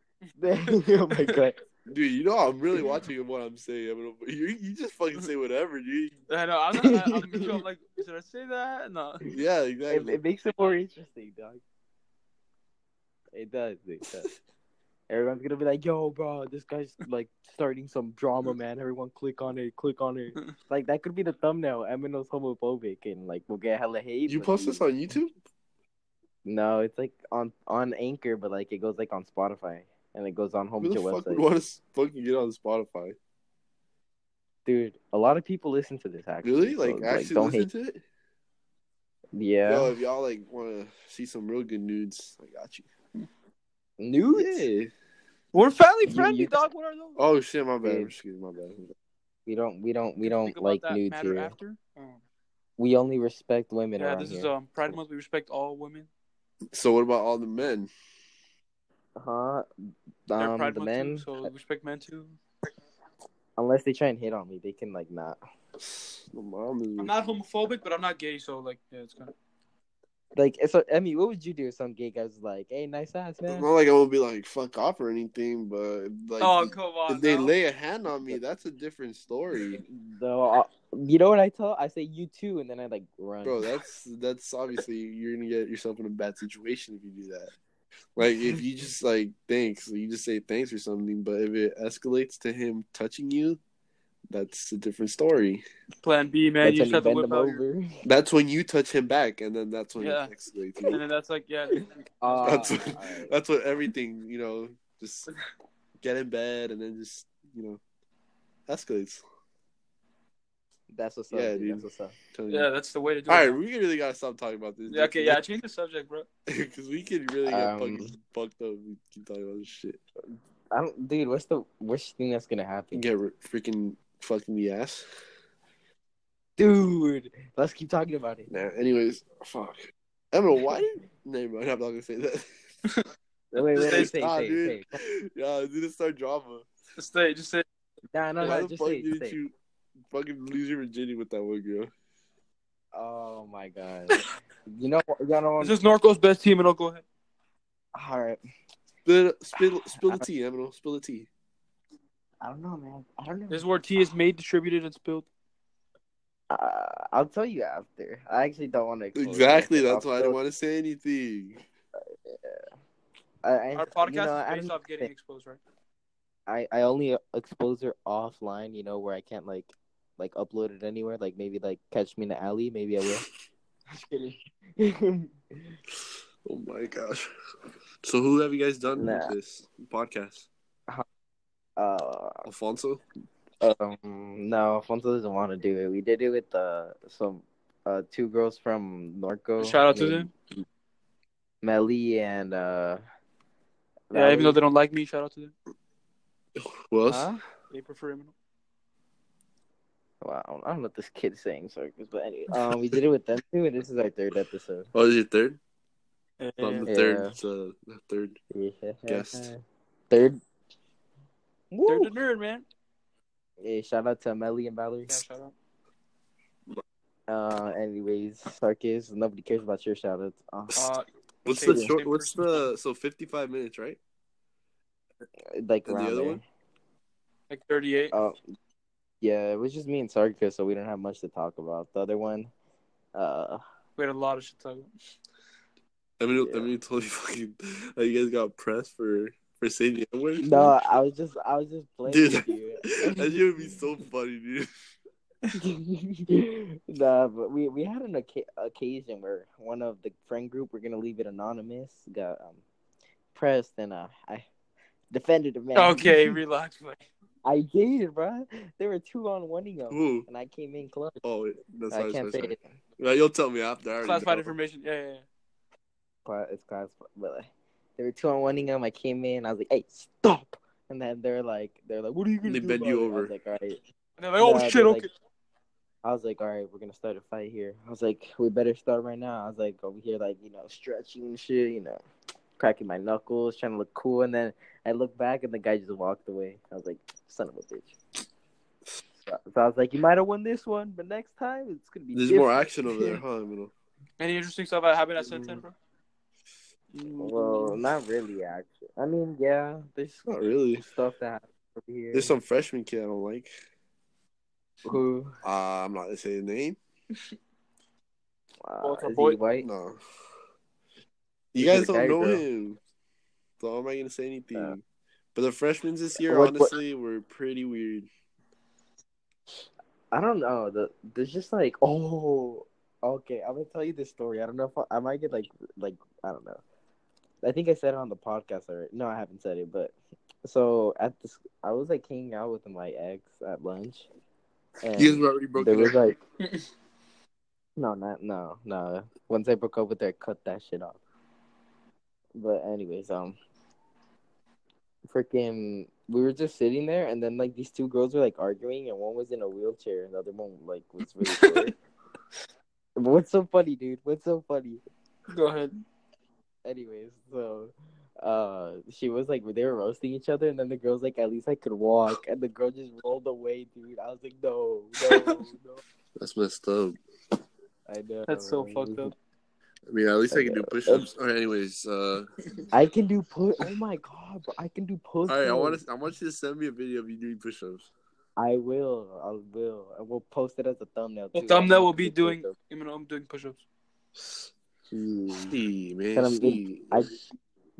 [SPEAKER 3] oh my god.
[SPEAKER 2] Dude, you know I'm really watching what I'm saying. Eminem. But you you just fucking say whatever, dude.
[SPEAKER 1] I know. I'm not. I, I'm, sure I'm like, should I say that? No.
[SPEAKER 2] Yeah,
[SPEAKER 3] It,
[SPEAKER 2] exactly.
[SPEAKER 3] it makes it more interesting, dog. It does. It does. Everyone's gonna be like, "Yo, bro, this guy's like starting some drama, man. Everyone, click on it, click on it." Like that could be the thumbnail. Eminem's homophobic, and like we'll get hella hate.
[SPEAKER 2] you
[SPEAKER 3] but
[SPEAKER 2] post
[SPEAKER 3] we-
[SPEAKER 2] this on YouTube?
[SPEAKER 3] No, it's like on on Anchor, but like it goes like on Spotify and it goes on home
[SPEAKER 2] Who the
[SPEAKER 3] to
[SPEAKER 2] fuck
[SPEAKER 3] website.
[SPEAKER 2] would want to fucking get on Spotify?
[SPEAKER 3] Dude, a lot of people listen to this
[SPEAKER 2] Really?
[SPEAKER 3] actually. so,
[SPEAKER 2] Like, actually
[SPEAKER 3] don't
[SPEAKER 2] listen uh,
[SPEAKER 3] hate.
[SPEAKER 2] to it?
[SPEAKER 3] Yeah,
[SPEAKER 2] Yo, if y'all like want to see some real good nudes, I got you.
[SPEAKER 3] nudes.
[SPEAKER 2] Yeah.
[SPEAKER 1] We're family
[SPEAKER 3] You-
[SPEAKER 1] friendly,
[SPEAKER 3] you-
[SPEAKER 1] dog. What are those?
[SPEAKER 2] Oh shit, my bad.
[SPEAKER 3] Yeah.
[SPEAKER 2] Excuse me, my bad.
[SPEAKER 3] We don't, we don't, we
[SPEAKER 1] Did you
[SPEAKER 3] don't
[SPEAKER 1] think about
[SPEAKER 3] like
[SPEAKER 1] that
[SPEAKER 3] nudes
[SPEAKER 1] matter
[SPEAKER 3] here.
[SPEAKER 1] After? Um,
[SPEAKER 3] We only respect women
[SPEAKER 1] yeah,
[SPEAKER 3] around
[SPEAKER 1] this
[SPEAKER 3] here.
[SPEAKER 1] is um Pride Month. We respect all women.
[SPEAKER 2] So what about all the men?
[SPEAKER 3] Huh?
[SPEAKER 1] They're
[SPEAKER 3] Um,
[SPEAKER 1] Pride
[SPEAKER 3] the
[SPEAKER 1] Month
[SPEAKER 3] men,
[SPEAKER 1] too, so we respect men too.
[SPEAKER 3] unless they try and hit on me, they can like not.
[SPEAKER 2] My mom is.
[SPEAKER 1] I'm not homophobic, but I'm not gay, so like, yeah, it's kind of.
[SPEAKER 3] Like, so Emmy, what would you do if some gay guy was like, "Hey, nice ass,
[SPEAKER 2] It's
[SPEAKER 3] man"?
[SPEAKER 2] not like I won't be like fuck off or anything, but like
[SPEAKER 1] oh come on!
[SPEAKER 2] if they
[SPEAKER 1] no.
[SPEAKER 2] lay a hand on me, that's a different story,
[SPEAKER 3] Though, I- you know what I tell? I say you too, and then I like run.
[SPEAKER 2] bro. That's that's obviously you're gonna get yourself in a bad situation if you do that. Like if you just like thanks, you just say thanks or something, but if it escalates to him touching you, that's a different story.
[SPEAKER 1] Plan B, man.
[SPEAKER 3] That's
[SPEAKER 1] you
[SPEAKER 3] when
[SPEAKER 1] just have to
[SPEAKER 3] bend
[SPEAKER 1] whip
[SPEAKER 3] them
[SPEAKER 1] out your.
[SPEAKER 3] over.
[SPEAKER 2] That's when you touch him back, and then that's when
[SPEAKER 1] Yeah.
[SPEAKER 2] it escalates.
[SPEAKER 1] And then that's like, yeah,
[SPEAKER 3] Uh,
[SPEAKER 2] That's
[SPEAKER 3] all
[SPEAKER 2] what-
[SPEAKER 3] right.
[SPEAKER 2] That's what everything, you know, just get in bed and then just, you know, escalates.
[SPEAKER 3] That's what's up.
[SPEAKER 2] Yeah,
[SPEAKER 3] dude.
[SPEAKER 2] dude.
[SPEAKER 3] That's what's up.
[SPEAKER 2] Telling you.
[SPEAKER 1] yeah, that's the way to do
[SPEAKER 2] All
[SPEAKER 1] it.
[SPEAKER 2] right, we really gotta stop talking about this.
[SPEAKER 1] Yeah, okay, yeah. Change the subject, bro.
[SPEAKER 2] Because we could really get
[SPEAKER 3] Um,
[SPEAKER 2] fucking fucked up. if We keep talking about this shit.
[SPEAKER 3] I don't, dude. What's the worst thing that's gonna happen,
[SPEAKER 2] Get re- freaking fucking the ass.
[SPEAKER 3] dude? Let's keep talking about it.
[SPEAKER 2] Nah. Anyways, fuck. Emma, why did? Never mind. I'm not gonna say that.
[SPEAKER 3] Wait, wait, wait.
[SPEAKER 1] Just say
[SPEAKER 3] Say, say,
[SPEAKER 2] Nah,
[SPEAKER 3] say,
[SPEAKER 2] dude. Yeah, it's gonna start drama.
[SPEAKER 1] Just say, just say.
[SPEAKER 3] Nah, no,
[SPEAKER 2] why
[SPEAKER 3] no.
[SPEAKER 2] the
[SPEAKER 3] Just
[SPEAKER 2] fuck
[SPEAKER 3] say,
[SPEAKER 2] didn't
[SPEAKER 3] say.
[SPEAKER 2] you fucking lose your virginity with that one girl?
[SPEAKER 3] Oh my god. you know, what- y'all don't want.
[SPEAKER 1] This is Norco's best team, and I'll go ahead.
[SPEAKER 3] All right.
[SPEAKER 2] Spill, spill, spill the tea, Emma. Spill the tea.
[SPEAKER 3] I don't know, man. I don't know.
[SPEAKER 1] This is where tea is made, distributed, and spilled.
[SPEAKER 3] Uh, I'll tell you after. I actually don't want to.
[SPEAKER 2] Oh,
[SPEAKER 3] expose
[SPEAKER 2] Exactly.
[SPEAKER 3] it.
[SPEAKER 2] That's
[SPEAKER 3] I'll
[SPEAKER 2] why I
[SPEAKER 3] tell-
[SPEAKER 2] don't want to say anything.
[SPEAKER 3] I, I,
[SPEAKER 1] Our podcast
[SPEAKER 3] you know,
[SPEAKER 1] is
[SPEAKER 3] I
[SPEAKER 1] based
[SPEAKER 3] don't-
[SPEAKER 1] off getting exposed, right?
[SPEAKER 3] I I only expose her offline, you know, where I can't like like upload it anywhere. Like maybe like catch me in the alley, maybe I will. Just kidding.
[SPEAKER 2] Oh my gosh. So who have you guys done
[SPEAKER 3] Nah.
[SPEAKER 2] with this podcast?
[SPEAKER 3] uh,
[SPEAKER 2] Alfonso?
[SPEAKER 3] um, no, Alfonso doesn't want to do it. We did it with uh some uh two girls from Norco.
[SPEAKER 1] Shout out to
[SPEAKER 3] named
[SPEAKER 1] them.
[SPEAKER 3] Melly and uh.
[SPEAKER 1] Yeah, even though
[SPEAKER 3] Valerie.
[SPEAKER 1] they don't like me, shout out to them.
[SPEAKER 2] Who else?
[SPEAKER 3] Huh?
[SPEAKER 1] They prefer him.
[SPEAKER 3] Wow, I don't know what this kid's saying, circus, but anyway, um, we did it with them too, and this is our third episode.
[SPEAKER 2] Oh, is your third? No, I'm
[SPEAKER 1] Yeah.
[SPEAKER 2] the third.
[SPEAKER 3] Yeah.
[SPEAKER 2] It's, uh, the third. Guest.
[SPEAKER 3] Third.
[SPEAKER 1] They're
[SPEAKER 3] Woo!
[SPEAKER 1] the nerd, man.
[SPEAKER 3] Hey, shout out to Melly and Valerie.
[SPEAKER 1] Yeah, shout out.
[SPEAKER 3] Uh, anyways, Sarkis, nobody cares about your shout outs. Uh,
[SPEAKER 1] Uh,
[SPEAKER 2] What's
[SPEAKER 1] same-
[SPEAKER 2] the
[SPEAKER 1] same
[SPEAKER 2] short? What's
[SPEAKER 1] person.
[SPEAKER 2] the so 55 minutes, right?
[SPEAKER 3] Uh, like
[SPEAKER 2] And the
[SPEAKER 3] around
[SPEAKER 2] other
[SPEAKER 3] there.
[SPEAKER 2] one?
[SPEAKER 1] Like 38.
[SPEAKER 2] Oh.
[SPEAKER 3] Uh, yeah, it was just me and Sarkis, so we don't have much to talk about. The other one, uh,
[SPEAKER 1] We had a lot of shit to talk about.
[SPEAKER 2] I mean, I
[SPEAKER 3] Yeah.
[SPEAKER 2] mean, totally fucking. Like, you guys got pressed for for saying the N word.
[SPEAKER 3] no, I was just, I was just playing
[SPEAKER 2] Dude.
[SPEAKER 3] with you.
[SPEAKER 2] that shit would be so funny, dude.
[SPEAKER 3] nah, but we we had an oca- occasion where one of the friend group we're gonna leave it anonymous got um, pressed and uh, I defended him. Man.
[SPEAKER 1] Okay, relax, buddy.
[SPEAKER 3] I did, bro. There were two on one of them,
[SPEAKER 2] Ooh.
[SPEAKER 3] and I came in clutch.
[SPEAKER 2] Oh, wait, that's
[SPEAKER 3] I
[SPEAKER 2] sorry, sorry,
[SPEAKER 3] can't say
[SPEAKER 2] sorry.
[SPEAKER 3] it.
[SPEAKER 2] Nah, You'll tell me after. I already
[SPEAKER 1] Classified
[SPEAKER 2] know.
[SPEAKER 1] information. Yeah, yeah, yeah.
[SPEAKER 3] Cla- It's class, but uh, there were two on one of them. I came in. I was like, "Hey, stop!" And then they're like, "They're like, what are you gonna
[SPEAKER 2] They
[SPEAKER 3] do?"
[SPEAKER 2] bend
[SPEAKER 3] about
[SPEAKER 2] you
[SPEAKER 3] it?" I
[SPEAKER 2] over.
[SPEAKER 3] was like, "All right."
[SPEAKER 1] And they're like, oh,
[SPEAKER 3] Nah, they're
[SPEAKER 1] shit,
[SPEAKER 3] like-
[SPEAKER 1] okay.
[SPEAKER 3] I was like, all right, we're gonna start a fight here. I was like, we better start right now. I was like, over here, like you know, stretching and shit, you know, cracking my knuckles, trying to look cool. And then I look back, and the guy just walked away. I was like, son of a bitch. So, so I was like, you might have won this one, but next time it's gonna be.
[SPEAKER 2] There's more
[SPEAKER 3] different."
[SPEAKER 2] action over there, huh? Emino?
[SPEAKER 1] Any interesting stuff that happened at Sentin, bro?
[SPEAKER 3] well, not really action. I mean, yeah, there's
[SPEAKER 2] Not really.
[SPEAKER 3] stuff that happens over here.
[SPEAKER 2] There's some freshman kid I don't like.
[SPEAKER 3] who.
[SPEAKER 2] Uh, I'm not gonna say his name.
[SPEAKER 3] Uh,
[SPEAKER 1] Well, it's our
[SPEAKER 3] is
[SPEAKER 1] boy-
[SPEAKER 3] he white?
[SPEAKER 2] No. You
[SPEAKER 3] He's
[SPEAKER 2] guys
[SPEAKER 3] a
[SPEAKER 2] don't
[SPEAKER 3] guy,
[SPEAKER 2] know
[SPEAKER 3] bro.
[SPEAKER 2] him. So how am I gonna say anything?
[SPEAKER 3] Uh,
[SPEAKER 2] but the freshmen this year,
[SPEAKER 3] what- what-
[SPEAKER 2] honestly, were pretty weird.
[SPEAKER 3] I don't know. The there's just like oh okay. I'm gonna tell you this story. I don't know if I, I might get like like I don't know. I think I said it on the podcast already. No, I haven't said it. But so at this, I was like hanging out with my ex at lunch. And
[SPEAKER 2] You guys were already broken.
[SPEAKER 3] there
[SPEAKER 2] up.
[SPEAKER 3] was like Mm-hmm. no, not no, no. Once I broke up with her, I cut that shit off. But anyways, um, freaking, we were just sitting there, and then like these two girls were like arguing, and one was in a wheelchair, and the other one like was really. short. but what's so funny, dude? What's so funny?
[SPEAKER 1] Go ahead.
[SPEAKER 3] Anyways, so. Uh, she was like they were roasting each other, and then the girl's like, "At least I could walk," and the girl just rolled away, dude. I was like, "No, no, no!"
[SPEAKER 2] That's messed up.
[SPEAKER 3] I know
[SPEAKER 1] That's so
[SPEAKER 3] right?
[SPEAKER 1] fucked up.
[SPEAKER 2] I mean, at least I can do
[SPEAKER 3] Okay.
[SPEAKER 2] push-ups. All right, anyways. Uh,
[SPEAKER 3] I can do push. Oh my god, bro, I can do push.
[SPEAKER 2] all right, I want to. I want you to send me a video of you doing push-ups.
[SPEAKER 3] I will. I will. I will post it as a thumbnail.
[SPEAKER 1] The
[SPEAKER 3] too.
[SPEAKER 1] thumbnail
[SPEAKER 3] I'm
[SPEAKER 1] will be
[SPEAKER 3] gonna do
[SPEAKER 1] doing,
[SPEAKER 3] push-ups.
[SPEAKER 1] you know, I'm doing push ups.
[SPEAKER 2] Gee, man,
[SPEAKER 3] Can I-
[SPEAKER 2] gee.
[SPEAKER 3] I,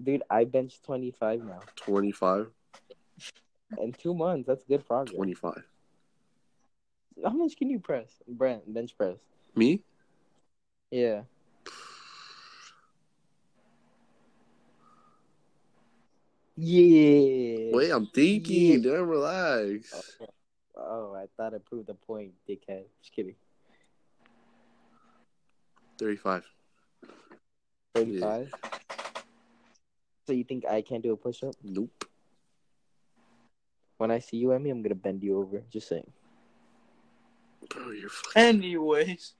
[SPEAKER 3] dude, I bench twenty five now
[SPEAKER 2] 25,
[SPEAKER 3] in two months. That's good progress.
[SPEAKER 2] 25.
[SPEAKER 3] How much can you press, Brent? Bench press.
[SPEAKER 2] Me?
[SPEAKER 3] Yeah. Yeah.
[SPEAKER 2] Wait, I'm thinking.
[SPEAKER 3] Yeah.
[SPEAKER 2] Damn, relax.
[SPEAKER 3] Oh, I thought I proved the point, dickhead. Just kidding.
[SPEAKER 2] 35.
[SPEAKER 3] Thirty five. So you think I can't do a push up?
[SPEAKER 2] Nope.
[SPEAKER 3] When I see you at me, I'm gonna bend you over. Just saying.
[SPEAKER 2] Bro, you're fucking.
[SPEAKER 1] Anyways,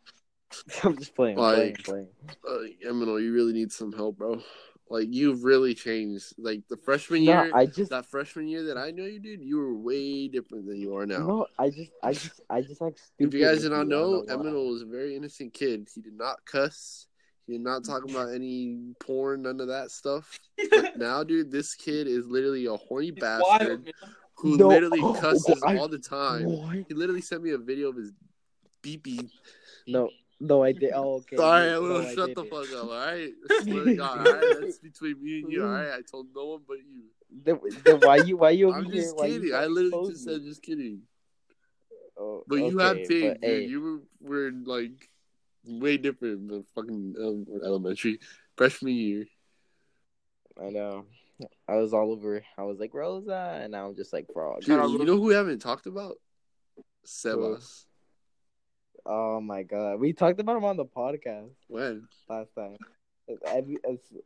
[SPEAKER 3] I'm just playing, playing,
[SPEAKER 2] Like-
[SPEAKER 3] playing.
[SPEAKER 2] Uh, Emino, you really need some help, bro. Like, you've really changed. Like, the freshman year,
[SPEAKER 3] No, I just
[SPEAKER 2] that freshman year that I knew you, dude, you were way different than you are now.
[SPEAKER 3] no, I just, I just, I just act
[SPEAKER 2] if
[SPEAKER 3] stupid.
[SPEAKER 2] you guys
[SPEAKER 3] with
[SPEAKER 2] did not
[SPEAKER 3] you.
[SPEAKER 2] know,
[SPEAKER 3] I don't why.
[SPEAKER 2] Emino was a very innocent kid. He did not cuss. He did not talk about any porn, none of that stuff. But now, dude, this kid is literally a horny
[SPEAKER 1] it's wild,
[SPEAKER 2] bastard
[SPEAKER 1] man.
[SPEAKER 2] who
[SPEAKER 3] No.
[SPEAKER 2] literally
[SPEAKER 3] Oh,
[SPEAKER 2] cusses
[SPEAKER 3] I-
[SPEAKER 2] all the time.
[SPEAKER 3] What?
[SPEAKER 2] He literally sent me a video of his beeping.
[SPEAKER 3] No, no, I did. Oh, okay.
[SPEAKER 2] Sorry,
[SPEAKER 3] no,
[SPEAKER 2] Emino,
[SPEAKER 3] I
[SPEAKER 2] shut the
[SPEAKER 3] didn't. Mm-hmm.
[SPEAKER 2] fuck up, all right? I swear to God, all right? That's between me and you, all right? I told no one but you.
[SPEAKER 3] Then, then why you why you over
[SPEAKER 2] I'm
[SPEAKER 3] here?
[SPEAKER 2] just
[SPEAKER 3] why you
[SPEAKER 2] kidding. I
[SPEAKER 3] trying to
[SPEAKER 2] literally
[SPEAKER 3] expose
[SPEAKER 2] just
[SPEAKER 3] me?
[SPEAKER 2] said just kidding.
[SPEAKER 3] Oh,
[SPEAKER 2] But you have
[SPEAKER 3] okay,
[SPEAKER 2] tape,
[SPEAKER 3] but,
[SPEAKER 2] dude.
[SPEAKER 3] hey,
[SPEAKER 2] You were, were like way different than fucking um, elementary freshman year.
[SPEAKER 3] I know. I was all over. I was like Rosa, and now I'm just like frog. Um,
[SPEAKER 2] Dude,
[SPEAKER 1] Kinda
[SPEAKER 2] you
[SPEAKER 1] look-
[SPEAKER 2] know who we haven't talked about? Sebas.
[SPEAKER 3] Oh my god, we talked about him on the podcast
[SPEAKER 2] When?
[SPEAKER 3] last time. I,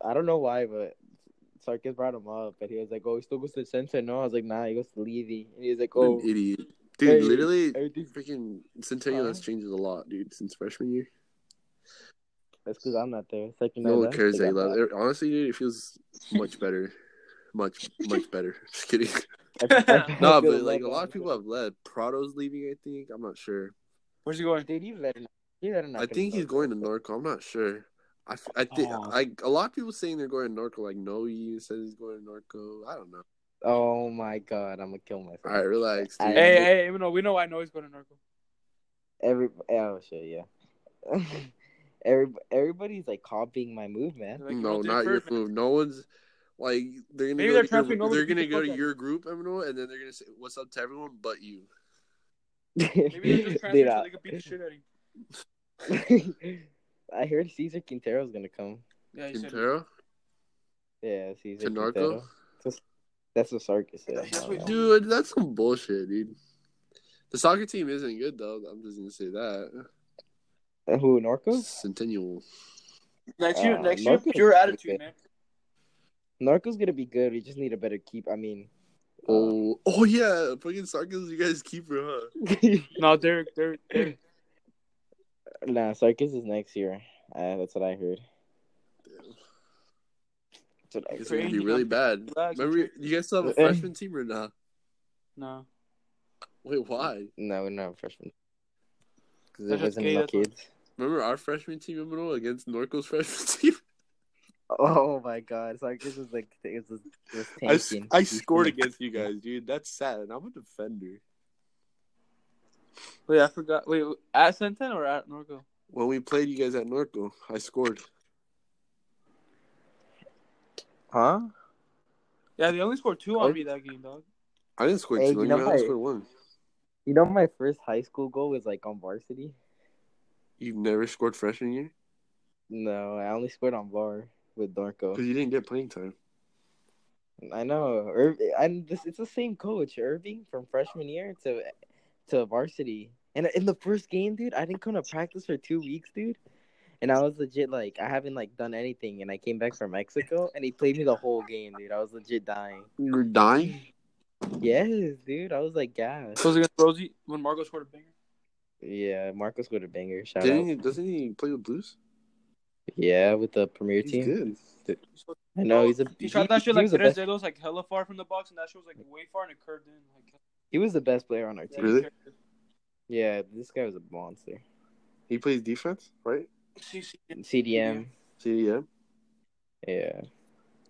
[SPEAKER 3] I don't know why, but Sarkis brought him up, and he was like, "Oh, he still goes to Sensei." No, I was like, "Nah, he goes to Levy," and he was like,
[SPEAKER 2] What
[SPEAKER 3] "Oh,
[SPEAKER 2] an idiot.
[SPEAKER 3] hey,
[SPEAKER 2] Dude, literally,
[SPEAKER 3] everything's
[SPEAKER 2] freaking Centennial has
[SPEAKER 3] Huh?
[SPEAKER 2] changed a lot, dude, since freshman year.
[SPEAKER 3] that's because I'm not there." Second,
[SPEAKER 2] No
[SPEAKER 3] I
[SPEAKER 2] one
[SPEAKER 3] left,
[SPEAKER 2] cares
[SPEAKER 3] they
[SPEAKER 2] that you
[SPEAKER 3] got
[SPEAKER 2] love. it. Honestly, dude, it feels much better. Much, much better. Just kidding.
[SPEAKER 3] back. I- I- I
[SPEAKER 2] No,
[SPEAKER 3] feel
[SPEAKER 2] but like
[SPEAKER 3] bad
[SPEAKER 2] a
[SPEAKER 3] now.
[SPEAKER 2] lot of people have left. Prado's leaving, I think. I'm not sure.
[SPEAKER 1] Where's he going?
[SPEAKER 3] Dude, you let him. You let him.
[SPEAKER 2] I think he's going to Norco. I'm not sure. I, f- I think
[SPEAKER 3] Oh.
[SPEAKER 2] I a lot of people saying they're going to Norco. Like no, you says he's going to Norco. I don't know.
[SPEAKER 3] Oh my god, I'm gonna kill myself.
[SPEAKER 2] All right, relax. Dude.
[SPEAKER 3] I-
[SPEAKER 1] Hey, hey, even though we know I know he's going to Norco.
[SPEAKER 3] Every oh shit, yeah. Every everybody's like copying my move, man.
[SPEAKER 1] Like,
[SPEAKER 2] no,
[SPEAKER 1] you know,
[SPEAKER 2] not your
[SPEAKER 1] different-
[SPEAKER 2] move. No one's like they're gonna
[SPEAKER 1] Maybe
[SPEAKER 2] go
[SPEAKER 1] they're
[SPEAKER 2] to
[SPEAKER 1] trying to
[SPEAKER 2] your,
[SPEAKER 1] ignore
[SPEAKER 2] they're
[SPEAKER 1] the people
[SPEAKER 2] gonna go to
[SPEAKER 1] that-
[SPEAKER 2] your group, Emmanuel, and then they're gonna say what's up to everyone but you.
[SPEAKER 1] Maybe they're just
[SPEAKER 3] Dude,
[SPEAKER 1] transferring so they could beat the shit out of him.
[SPEAKER 3] I, I heard Caesar Quintero's gonna come.
[SPEAKER 1] Yeah, he said.
[SPEAKER 2] Quintero
[SPEAKER 3] Yeah, Caesar
[SPEAKER 2] to
[SPEAKER 3] Quintero.
[SPEAKER 2] Norco,
[SPEAKER 3] That's what Sarkis said.
[SPEAKER 1] That's what-
[SPEAKER 2] Oh, dude. That's some bullshit, dude. The soccer team isn't good though. I'm just gonna say that.
[SPEAKER 3] Uh, Who Norco?
[SPEAKER 2] Centennial.
[SPEAKER 1] Next year,
[SPEAKER 3] Uh,
[SPEAKER 1] next year,
[SPEAKER 3] Norco's
[SPEAKER 1] pure
[SPEAKER 3] pretty
[SPEAKER 1] attitude,
[SPEAKER 3] good.
[SPEAKER 1] man.
[SPEAKER 3] Norco's gonna be good. We just need a better keep. I mean, uh,
[SPEAKER 2] Oh, oh yeah, fucking Sarkis, you guys keeper, huh?
[SPEAKER 1] No, Derek, Derek, Derek.
[SPEAKER 3] nah, Sarkis is next year. Uh, that's what I heard. That's what I
[SPEAKER 2] It's
[SPEAKER 3] heard.
[SPEAKER 2] gonna be
[SPEAKER 1] Training
[SPEAKER 2] really
[SPEAKER 1] up.
[SPEAKER 2] bad.
[SPEAKER 1] Relax,
[SPEAKER 2] Remember,
[SPEAKER 1] training.
[SPEAKER 2] you guys still have a
[SPEAKER 3] Eh.
[SPEAKER 2] freshman team or not?
[SPEAKER 1] No.
[SPEAKER 2] Wait, why?
[SPEAKER 3] No, we're not freshmen. Because
[SPEAKER 1] That's
[SPEAKER 3] it
[SPEAKER 1] just
[SPEAKER 3] wasn't
[SPEAKER 1] gay,
[SPEAKER 3] enough
[SPEAKER 1] that's why.
[SPEAKER 3] kids.
[SPEAKER 2] Remember our freshman team Emmanuel against Norco's freshman team?
[SPEAKER 3] Oh my god, Sarkis was like, it was, it was
[SPEAKER 2] I, s-
[SPEAKER 3] tanking.
[SPEAKER 2] I scored against you guys, dude. That's sad. And I'm a defender.
[SPEAKER 1] Wait, I forgot. Wait, at Senten or at Norco?
[SPEAKER 2] When we played you guys at Norco, I scored.
[SPEAKER 3] Huh?
[SPEAKER 1] Yeah, they only scored two
[SPEAKER 2] Oh.
[SPEAKER 1] on me that game, dog.
[SPEAKER 2] I didn't score
[SPEAKER 3] Hey,
[SPEAKER 2] two.
[SPEAKER 3] you
[SPEAKER 2] You
[SPEAKER 3] know
[SPEAKER 2] I
[SPEAKER 3] what?
[SPEAKER 2] scored one.
[SPEAKER 3] You know, my first high school goal was like on varsity.
[SPEAKER 2] You never scored freshman year
[SPEAKER 3] No, I only scored on bar with
[SPEAKER 2] because
[SPEAKER 3] Dorco.
[SPEAKER 2] you didn't get playing time.
[SPEAKER 3] I know. Irv- and this, it's the same coach, Irving, from freshman year to to varsity. And in the first game, dude, I didn't come to practice for two weeks, dude. And I was legit like I haven't like done anything, and I came back from Mexico, and he played me the whole game, dude. I was legit dying.
[SPEAKER 2] You're dying.
[SPEAKER 3] Yes, dude, I was like gas.
[SPEAKER 1] Was it against Rosie when Margot scored a banger?
[SPEAKER 3] Yeah, Marcos got a banger. Shout
[SPEAKER 2] Didn't
[SPEAKER 3] out.
[SPEAKER 2] he, doesn't he play with Blues?
[SPEAKER 3] Yeah, with the premier
[SPEAKER 2] He's
[SPEAKER 3] team.
[SPEAKER 2] good.
[SPEAKER 3] I know he's a.
[SPEAKER 1] He shot that shit
[SPEAKER 3] he
[SPEAKER 1] like
[SPEAKER 3] was the
[SPEAKER 1] Tres
[SPEAKER 3] best.
[SPEAKER 1] Dedos, like hella far from the box, and that shit was like way far and it curved in. Like,
[SPEAKER 3] He was the best player on our
[SPEAKER 1] yeah,
[SPEAKER 3] team.
[SPEAKER 2] Really?
[SPEAKER 3] Yeah, this guy was a monster.
[SPEAKER 2] He plays defense, right?
[SPEAKER 1] she- she-
[SPEAKER 3] CDM.
[SPEAKER 2] CDM.
[SPEAKER 3] Yeah.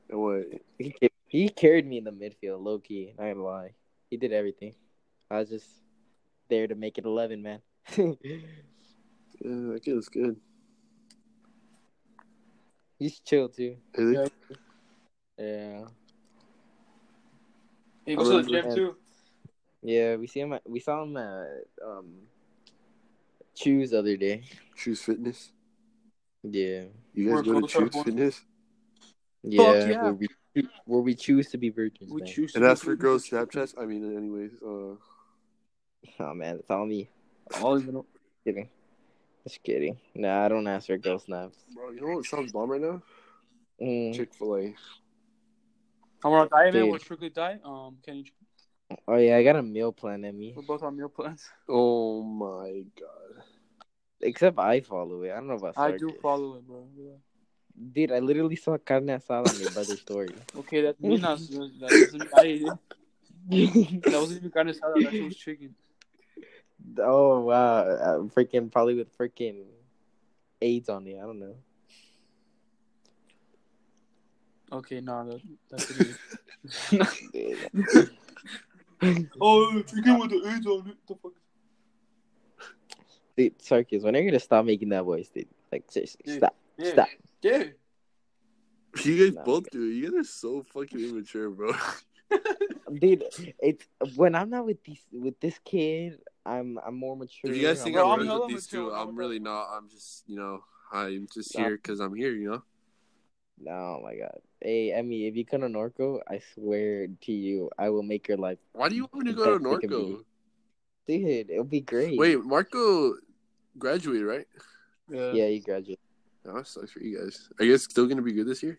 [SPEAKER 2] And what?
[SPEAKER 3] He, ca- he carried me in the midfield, low key. Not gonna lie. He did everything. I was just there to make it 11, man. He's
[SPEAKER 2] Yeah, that kid is good.
[SPEAKER 3] chill, too.
[SPEAKER 2] Is he?
[SPEAKER 1] Yeah.
[SPEAKER 3] Yeah.
[SPEAKER 1] He goes to the
[SPEAKER 2] Remember-
[SPEAKER 1] gym too.
[SPEAKER 3] Yeah, we see him. At, we saw him at um, Choose the other day.
[SPEAKER 2] Choose fitness.
[SPEAKER 3] Yeah.
[SPEAKER 2] You
[SPEAKER 1] We're
[SPEAKER 2] guys go to
[SPEAKER 1] close, our
[SPEAKER 2] choose
[SPEAKER 1] boy.
[SPEAKER 2] fitness.
[SPEAKER 3] Yeah.
[SPEAKER 1] yeah.
[SPEAKER 3] Where, we, where we choose to be virgins.
[SPEAKER 1] We
[SPEAKER 3] man.
[SPEAKER 1] choose.
[SPEAKER 2] And
[SPEAKER 1] to
[SPEAKER 2] as
[SPEAKER 1] be
[SPEAKER 2] for
[SPEAKER 1] good.
[SPEAKER 2] girls Snapchats, I mean, anyways, uh,
[SPEAKER 3] Oh, man. It's all me.
[SPEAKER 1] I don't even know.
[SPEAKER 3] Kidding. Just kidding. Nah, I don't ask for girl snaps.
[SPEAKER 2] bro, you know what sounds bomb right now?
[SPEAKER 3] Mm.
[SPEAKER 2] Chick Fil A.
[SPEAKER 1] I'm on a diet, man.
[SPEAKER 3] Dude.
[SPEAKER 1] We're strictly diet. Um, can you?
[SPEAKER 3] Oh yeah, I got a meal plan in me.
[SPEAKER 1] We're both on meal plans.
[SPEAKER 2] Oh my god.
[SPEAKER 3] Except I follow it. I don't know about.
[SPEAKER 1] I do
[SPEAKER 3] Sarkis.
[SPEAKER 1] follow it, bro. Yeah.
[SPEAKER 3] Dude, I literally saw carne asada on your brother's story.
[SPEAKER 1] Okay, that means not. That doesn't. I ate it. That
[SPEAKER 3] oh
[SPEAKER 1] wasn't even kind of salad. That shit was chicken.
[SPEAKER 3] Oh, wow, I'm freaking probably with freaking AIDS on it. I don't know.
[SPEAKER 1] Okay, no, that, that's it. is.
[SPEAKER 3] Dude,
[SPEAKER 1] oh, chicken with the eggs on it. The fuck?
[SPEAKER 3] dude Sarkis, when are you gonna stop making that voice, dude? Like seriously,
[SPEAKER 1] Dude,
[SPEAKER 3] stop,
[SPEAKER 1] Yeah.
[SPEAKER 3] stop.
[SPEAKER 1] Yeah.
[SPEAKER 2] You guys
[SPEAKER 3] Nah,
[SPEAKER 2] both do. it. You guys are so fucking immature, bro.
[SPEAKER 3] dude. It's when I'm not with these with this kid, I'm I'm more mature.
[SPEAKER 2] If you guys
[SPEAKER 3] I'm
[SPEAKER 2] think
[SPEAKER 1] Bro,
[SPEAKER 3] more-
[SPEAKER 1] I'm
[SPEAKER 2] I'm, friends
[SPEAKER 1] hella
[SPEAKER 2] with these
[SPEAKER 1] mature,
[SPEAKER 2] two,
[SPEAKER 1] I'm
[SPEAKER 2] I'm really not. I'm just, you know, I'm just here because I'm here, you know?
[SPEAKER 3] no, oh my god. Hey, Emmy, if you come to Norco, I swear to you, I will make your life,
[SPEAKER 2] Why do you want to go to
[SPEAKER 3] That's freaking
[SPEAKER 2] Norco?
[SPEAKER 3] dude. It'll be great.
[SPEAKER 2] Wait, Marco graduated, right?
[SPEAKER 1] Yeah.
[SPEAKER 3] yeah, you graduate.
[SPEAKER 2] Oh, that sucks for you guys. Are you guys still going to be good this year?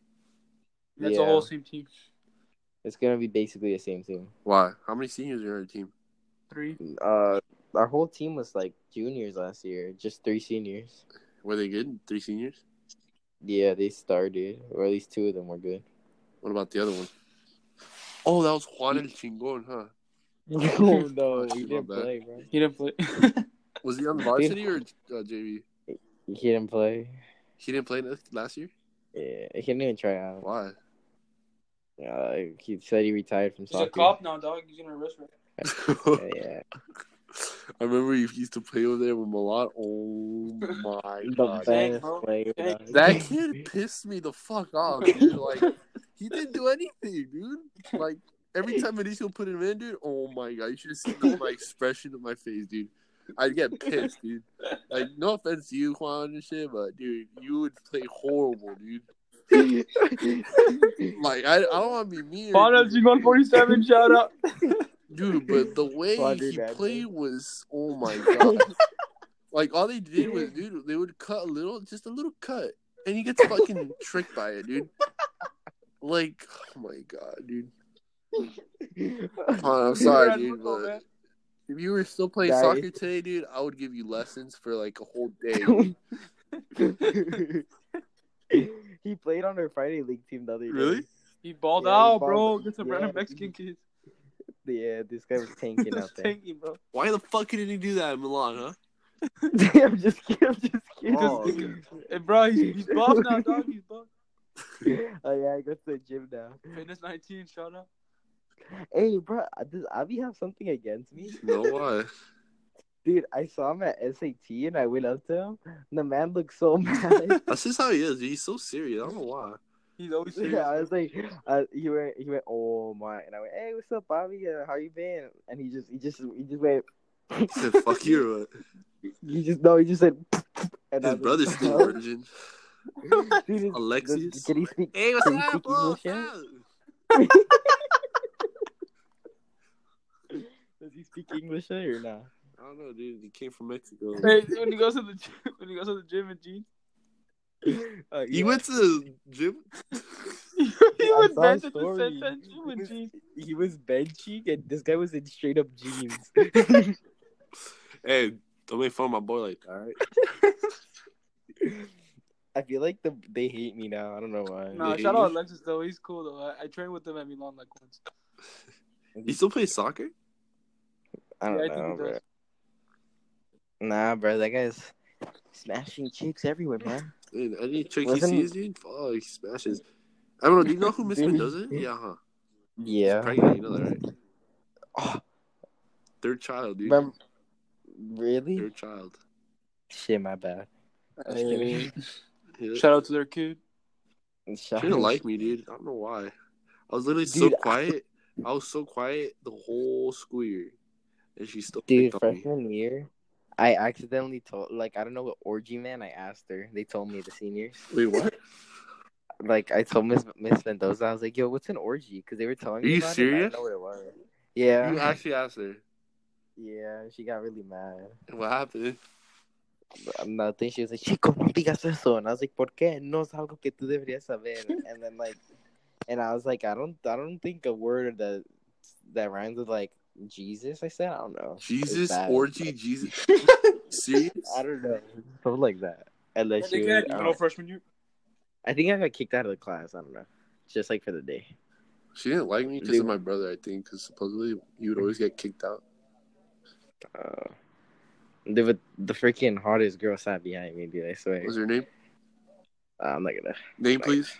[SPEAKER 1] That's
[SPEAKER 3] Yeah.
[SPEAKER 1] the whole same team.
[SPEAKER 3] It's gonna be basically the same thing.
[SPEAKER 2] Why? How many seniors are on your team?
[SPEAKER 1] Three.
[SPEAKER 3] Uh, our whole team was like juniors last year, just three seniors.
[SPEAKER 2] Were they good? Three seniors?
[SPEAKER 3] Yeah, they started, or at least two of them were good.
[SPEAKER 2] What about the other one? Oh, that was Juan El Chingon, huh?
[SPEAKER 3] oh no,
[SPEAKER 2] Fuck,
[SPEAKER 3] he
[SPEAKER 2] my
[SPEAKER 3] didn't
[SPEAKER 2] bad.
[SPEAKER 3] play, bro.
[SPEAKER 1] He didn't play.
[SPEAKER 2] Was he on varsity or uh, JV?
[SPEAKER 3] He didn't play.
[SPEAKER 2] He didn't play last- last year?
[SPEAKER 3] Yeah, he didn't even try out.
[SPEAKER 2] Why?
[SPEAKER 3] Uh, he said he retired from
[SPEAKER 1] He's a
[SPEAKER 3] soccer.
[SPEAKER 1] cop now, dog. He's gonna arrest me.
[SPEAKER 3] Yeah, yeah.
[SPEAKER 2] I remember you used to play over there with Malott. Oh my
[SPEAKER 3] the
[SPEAKER 2] god.
[SPEAKER 1] Thanks,
[SPEAKER 3] best
[SPEAKER 1] bro.
[SPEAKER 3] player.
[SPEAKER 1] Thanks.
[SPEAKER 3] dog.
[SPEAKER 2] That kid pissed me the fuck off, dude. Like, he didn't do anything, dude. Like, every time Benicio put him in, dude, oh my god, you should have seen the, my expression of my face, dude. I'd get pissed, dude. Like, no offense to you, Juan, and shit, but, dude, you would play horrible, dude. Like, I, I don't want to be mean. or
[SPEAKER 1] Final
[SPEAKER 2] anything,
[SPEAKER 1] G1 47, shout out.
[SPEAKER 2] Dude, but the way
[SPEAKER 3] Laundry
[SPEAKER 2] he
[SPEAKER 3] bag,
[SPEAKER 2] played
[SPEAKER 3] man.
[SPEAKER 2] was oh my god. like all they did was dude, they would cut a little just a little cut. And he gets fucking tricked by it, dude. Like, oh my god, dude. Juan, I'm sorry,
[SPEAKER 1] You're
[SPEAKER 2] dude.
[SPEAKER 1] unbelievable,
[SPEAKER 2] But
[SPEAKER 1] man.
[SPEAKER 2] if you were still playing
[SPEAKER 3] Guys.
[SPEAKER 2] soccer today, dude, I would give you lessons for like a whole day. dude.
[SPEAKER 3] he played on our Friday league team the other day.
[SPEAKER 2] Really?
[SPEAKER 1] He balled
[SPEAKER 3] Yeah, he
[SPEAKER 1] out,
[SPEAKER 3] balled
[SPEAKER 1] bro.
[SPEAKER 3] out.
[SPEAKER 1] Get some
[SPEAKER 3] Yeah.
[SPEAKER 1] random Mexican kids.
[SPEAKER 3] Yeah, this guy was tanking out
[SPEAKER 1] Just
[SPEAKER 3] there.
[SPEAKER 1] tanking, bro.
[SPEAKER 2] Why the fuck did he do that in Milan, huh?
[SPEAKER 3] I'm just kidding. I'm just kidding.
[SPEAKER 2] Oh,
[SPEAKER 1] Hey, bro, he's, he's buff now, dog. He's buff.
[SPEAKER 3] oh yeah, I go to the gym now.
[SPEAKER 1] Fitness 19, shout out.
[SPEAKER 3] Hey, bro, uh, does Abby have something against me?
[SPEAKER 2] No why?
[SPEAKER 3] Dude, I saw him at SAT and I went up to him. And the man looked so mad.
[SPEAKER 2] That's just how he is. dude. He's so serious. I don't know why.
[SPEAKER 1] He's always serious.
[SPEAKER 3] yeah, I
[SPEAKER 1] Yeah,
[SPEAKER 3] was like, uh, he went, he went, oh my, and I went, hey, what's up, Bobby? Uh, how you been? And he just, he just, he just went,
[SPEAKER 2] He said, fuck you or what?
[SPEAKER 3] he just, no, he just said, and I
[SPEAKER 2] His
[SPEAKER 3] was
[SPEAKER 2] brother's
[SPEAKER 3] like,
[SPEAKER 2] still
[SPEAKER 3] "Oh."
[SPEAKER 2] virgin.
[SPEAKER 3] Dude, is-
[SPEAKER 2] Alexis.
[SPEAKER 3] does- Can he speak?
[SPEAKER 2] Hey,
[SPEAKER 3] what's Can you up, speak bro? English yet? Does he speak English eh, or not?
[SPEAKER 2] I don't know, dude. He came from Mexico.
[SPEAKER 1] hey, when he goes to the gym, when he goes to the gym in jeans,
[SPEAKER 3] Uh,
[SPEAKER 2] He
[SPEAKER 3] yeah.
[SPEAKER 2] went to the gym.
[SPEAKER 1] he
[SPEAKER 3] I
[SPEAKER 1] went
[SPEAKER 3] saw
[SPEAKER 1] back
[SPEAKER 3] his
[SPEAKER 1] to the
[SPEAKER 3] story.
[SPEAKER 1] Santan
[SPEAKER 3] He
[SPEAKER 1] gym in
[SPEAKER 3] was-
[SPEAKER 1] jeans.
[SPEAKER 3] He was benching, and this guy was in straight up jeans.
[SPEAKER 2] Hey, don't make fun of my boy like that, all right?
[SPEAKER 3] I feel like the they hate me now. I don't know why.
[SPEAKER 1] Nah,
[SPEAKER 2] Yeah,
[SPEAKER 1] shout
[SPEAKER 2] he-
[SPEAKER 1] out Alexis though. He's cool though. I, I trained with him at Milan like once.
[SPEAKER 2] He still plays soccer?
[SPEAKER 3] I don't
[SPEAKER 1] Yeah, I
[SPEAKER 3] know,
[SPEAKER 1] think he
[SPEAKER 3] bro.
[SPEAKER 1] does.
[SPEAKER 3] Nah, bro, that guy's smashing chicks everywhere, man.
[SPEAKER 2] Dude, any trick he
[SPEAKER 3] Wasn't-
[SPEAKER 2] sees, dude, fuck, he smashes. I don't know. Do you know who Miss
[SPEAKER 3] Dude.
[SPEAKER 2] Mendoza is? Yeah, huh?
[SPEAKER 3] Yeah.
[SPEAKER 2] Pregnant, you know that, right?
[SPEAKER 3] Oh,
[SPEAKER 2] Third child, dude.
[SPEAKER 3] remember, really?
[SPEAKER 2] Third child.
[SPEAKER 3] Shit, my bad.
[SPEAKER 1] Hey,
[SPEAKER 2] Yeah.
[SPEAKER 1] shout out to their kid.
[SPEAKER 2] She
[SPEAKER 3] Shut
[SPEAKER 2] didn't like me, dude. I don't know why. I was literally so
[SPEAKER 3] Dude, I-
[SPEAKER 2] quiet. I was so quiet the whole school year, and she still
[SPEAKER 3] Dude,
[SPEAKER 2] picked on me.
[SPEAKER 3] freshman year, I accidentally told, like, I don't know what orgy man I asked her. They told me the seniors.
[SPEAKER 2] Wait, what?
[SPEAKER 3] Like, I told Miss Miss Mendoza, I was like, yo, what's an orgy? Because they were telling
[SPEAKER 2] Are
[SPEAKER 3] me.
[SPEAKER 2] you
[SPEAKER 3] about it, and I
[SPEAKER 2] serious?
[SPEAKER 3] didn't know what it was. Yeah.
[SPEAKER 2] You actually asked her.
[SPEAKER 3] Yeah, she got really mad.
[SPEAKER 2] What happened?
[SPEAKER 3] Nothing. She was like, chico, no digas eso. And I was like, ¿por qué? No es algo que tú deberías saber. And then, like, and I was like, I don't, I don't think a word that that rhymes with like Jesus. I said, I don't know. It's
[SPEAKER 2] Jesus
[SPEAKER 3] bad.
[SPEAKER 2] orgy, Jesus. Serious?
[SPEAKER 3] I don't know. Something like that. And then
[SPEAKER 1] That's
[SPEAKER 3] she
[SPEAKER 1] you
[SPEAKER 3] was,
[SPEAKER 1] know, freshman year.
[SPEAKER 3] I think I got kicked out of the class. I don't know. Just like for the day.
[SPEAKER 2] She didn't like me because
[SPEAKER 3] Dude.
[SPEAKER 2] of my brother, I think. Because supposedly you would always get kicked out.
[SPEAKER 3] Uh, the but the freaking hardest girl sat behind me, dude. I swear.
[SPEAKER 2] What was her name?
[SPEAKER 3] Uh, I'm not gonna,
[SPEAKER 2] Name,
[SPEAKER 3] Right.
[SPEAKER 2] please.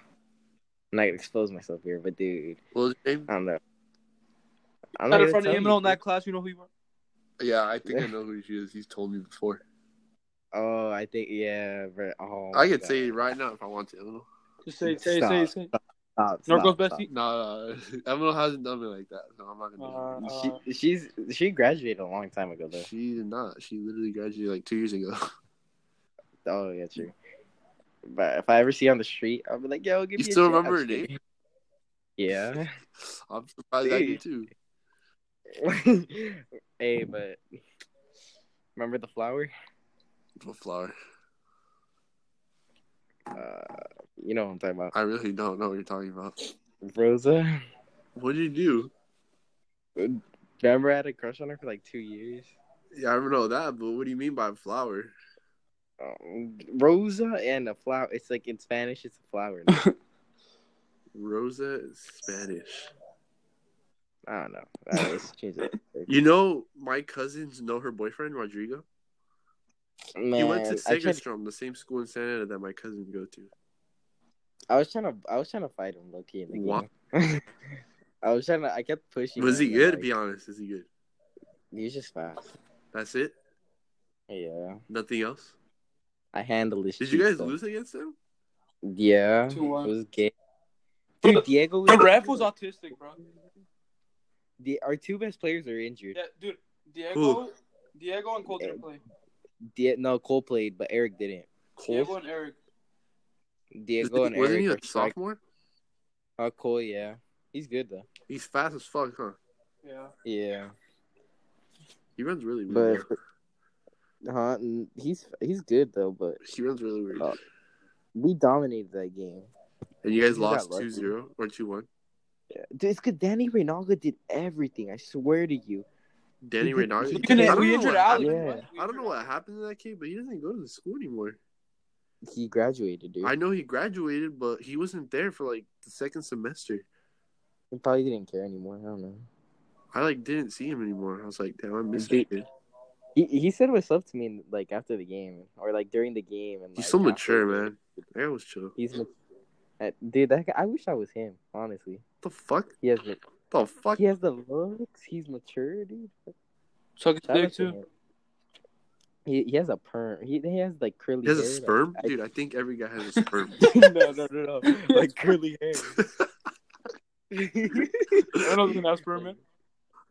[SPEAKER 3] I'm not gonna expose myself here, but dude,
[SPEAKER 2] What was her name?
[SPEAKER 3] I don't know. I'm
[SPEAKER 1] Not in
[SPEAKER 3] gonna
[SPEAKER 1] front of
[SPEAKER 3] tell
[SPEAKER 1] him
[SPEAKER 3] you,
[SPEAKER 1] in
[SPEAKER 3] dude.
[SPEAKER 1] that class. You know who you are.
[SPEAKER 2] Yeah, I think I know who she is. He's told me before.
[SPEAKER 3] Oh, I think yeah, but oh,
[SPEAKER 2] I
[SPEAKER 3] my
[SPEAKER 2] could say it
[SPEAKER 3] Oh God.
[SPEAKER 2] right now if I want to. I don't know.
[SPEAKER 1] Just say, say,
[SPEAKER 3] Stop.
[SPEAKER 1] say, say.
[SPEAKER 3] Stop,
[SPEAKER 1] North
[SPEAKER 3] stop,
[SPEAKER 1] goes
[SPEAKER 3] stop.
[SPEAKER 1] bestie.
[SPEAKER 2] Nah, nah, Emily hasn't done me like that, so I'm not
[SPEAKER 1] Uh,
[SPEAKER 2] gonna.
[SPEAKER 1] uh,
[SPEAKER 3] She, she's she graduated a long time ago
[SPEAKER 2] do
[SPEAKER 3] though.
[SPEAKER 2] that. She did not. She literally graduated like two years ago.
[SPEAKER 3] Oh yeah, true. But if I ever see you on the street, I'll be like, "Yo, give
[SPEAKER 2] You
[SPEAKER 3] me." a
[SPEAKER 2] still
[SPEAKER 3] chance.
[SPEAKER 2] remember her name?
[SPEAKER 3] Yeah.
[SPEAKER 2] I'm surprised I do
[SPEAKER 3] Dude.
[SPEAKER 2] too.
[SPEAKER 3] hey, but remember the flower?
[SPEAKER 2] What flower?
[SPEAKER 3] Uh, you know what I'm talking about,
[SPEAKER 2] I really don't know what you're talking about.
[SPEAKER 3] Rosa.
[SPEAKER 2] What did you
[SPEAKER 3] Remember, I had a crush on her for like two years.
[SPEAKER 2] do? Yeah, I don't know that, but what do you mean by flower?
[SPEAKER 3] Um, Rosa and a flower. It's like in Spanish, it's a flower. name.
[SPEAKER 2] Rosa is Spanish.
[SPEAKER 3] I don't know. I don't know, let's change it.
[SPEAKER 2] You know, my cousins know her boyfriend, Rodrigo.
[SPEAKER 3] Man,
[SPEAKER 2] he went to
[SPEAKER 3] I, tried,
[SPEAKER 2] Segerstrom, the same school in Santa Ana that my cousins go to.
[SPEAKER 3] I was trying to. I was trying to fight him, Loki. In the
[SPEAKER 2] Why?
[SPEAKER 3] game. I was trying to. I kept pushing.
[SPEAKER 2] Was he
[SPEAKER 3] him, and,
[SPEAKER 2] good?
[SPEAKER 3] like,
[SPEAKER 2] Be honest, is he good?
[SPEAKER 3] he was just fast.
[SPEAKER 2] That's it.
[SPEAKER 3] Yeah,
[SPEAKER 2] Nothing else.
[SPEAKER 3] I handled this.
[SPEAKER 2] Did you guys lose against him?
[SPEAKER 3] Yeah, it
[SPEAKER 1] 2-1.
[SPEAKER 3] was gay. Dude, Diego.
[SPEAKER 1] the
[SPEAKER 3] Was,
[SPEAKER 1] ref was autistic, bro.
[SPEAKER 3] the, our two best players are injured.
[SPEAKER 1] Yeah, dude. Diego,
[SPEAKER 2] Who?
[SPEAKER 1] Diego and Cole didn't play.
[SPEAKER 3] Die- no, Cole played, but Eric didn't.
[SPEAKER 1] Diego and Eric.
[SPEAKER 3] Diego and
[SPEAKER 2] Wasn't
[SPEAKER 3] Eric.
[SPEAKER 2] he
[SPEAKER 3] were
[SPEAKER 2] a
[SPEAKER 3] strike-
[SPEAKER 2] sophomore?
[SPEAKER 3] Oh, Cole, yeah, he's good though.
[SPEAKER 2] He's fast as fuck, huh?
[SPEAKER 1] Yeah.
[SPEAKER 3] Yeah,
[SPEAKER 2] He runs really
[SPEAKER 3] but
[SPEAKER 2] weird.
[SPEAKER 3] huh, n- he's he's good though. But
[SPEAKER 2] he runs really weird.
[SPEAKER 3] Oh. we dominated that game.
[SPEAKER 2] and you guys
[SPEAKER 3] he's
[SPEAKER 2] lost
[SPEAKER 3] not lucky.
[SPEAKER 2] 2-0 or 2-1.
[SPEAKER 3] Dude, it's because Danny Reynaldo did everything. I swear to you.
[SPEAKER 2] Danny
[SPEAKER 3] He did-
[SPEAKER 2] Reynard.
[SPEAKER 3] he
[SPEAKER 1] We,
[SPEAKER 3] We
[SPEAKER 2] I
[SPEAKER 3] can-
[SPEAKER 1] couldn't-
[SPEAKER 2] don't
[SPEAKER 1] we
[SPEAKER 2] know
[SPEAKER 1] injured
[SPEAKER 2] what
[SPEAKER 1] Alex.
[SPEAKER 2] happened-
[SPEAKER 3] Yeah.
[SPEAKER 1] right? We
[SPEAKER 2] I don't know
[SPEAKER 1] injured
[SPEAKER 2] what happened to that kid, but he doesn't go to the school anymore.
[SPEAKER 3] He graduated, dude.
[SPEAKER 2] I know he graduated, but he wasn't there for like the second semester.
[SPEAKER 3] He probably didn't care anymore. I don't know.
[SPEAKER 2] I like didn't see him anymore. I was like, damn, I miss
[SPEAKER 3] Dude,
[SPEAKER 2] that kid.
[SPEAKER 3] He he said what's up to me like after the game or like during the game and
[SPEAKER 2] He's
[SPEAKER 3] like,
[SPEAKER 2] so
[SPEAKER 3] after
[SPEAKER 2] mature,
[SPEAKER 3] the game.
[SPEAKER 2] man. That was chill.
[SPEAKER 3] He's mat- Uh, dude. That guy, I wish I was him. Honestly,
[SPEAKER 2] The fuck?
[SPEAKER 3] he has the
[SPEAKER 2] The fuck?
[SPEAKER 3] he has the looks. He's mature, dude.
[SPEAKER 1] Suck his
[SPEAKER 3] Shout out
[SPEAKER 1] dick,
[SPEAKER 3] to
[SPEAKER 1] too.
[SPEAKER 3] him. He he has a perm. He he has like curly.
[SPEAKER 2] He has a
[SPEAKER 3] hair, like-
[SPEAKER 2] sperm,
[SPEAKER 3] I-
[SPEAKER 2] dude. I think every guy has a sperm.
[SPEAKER 3] no no no no like curly hair.
[SPEAKER 1] I don't know if man.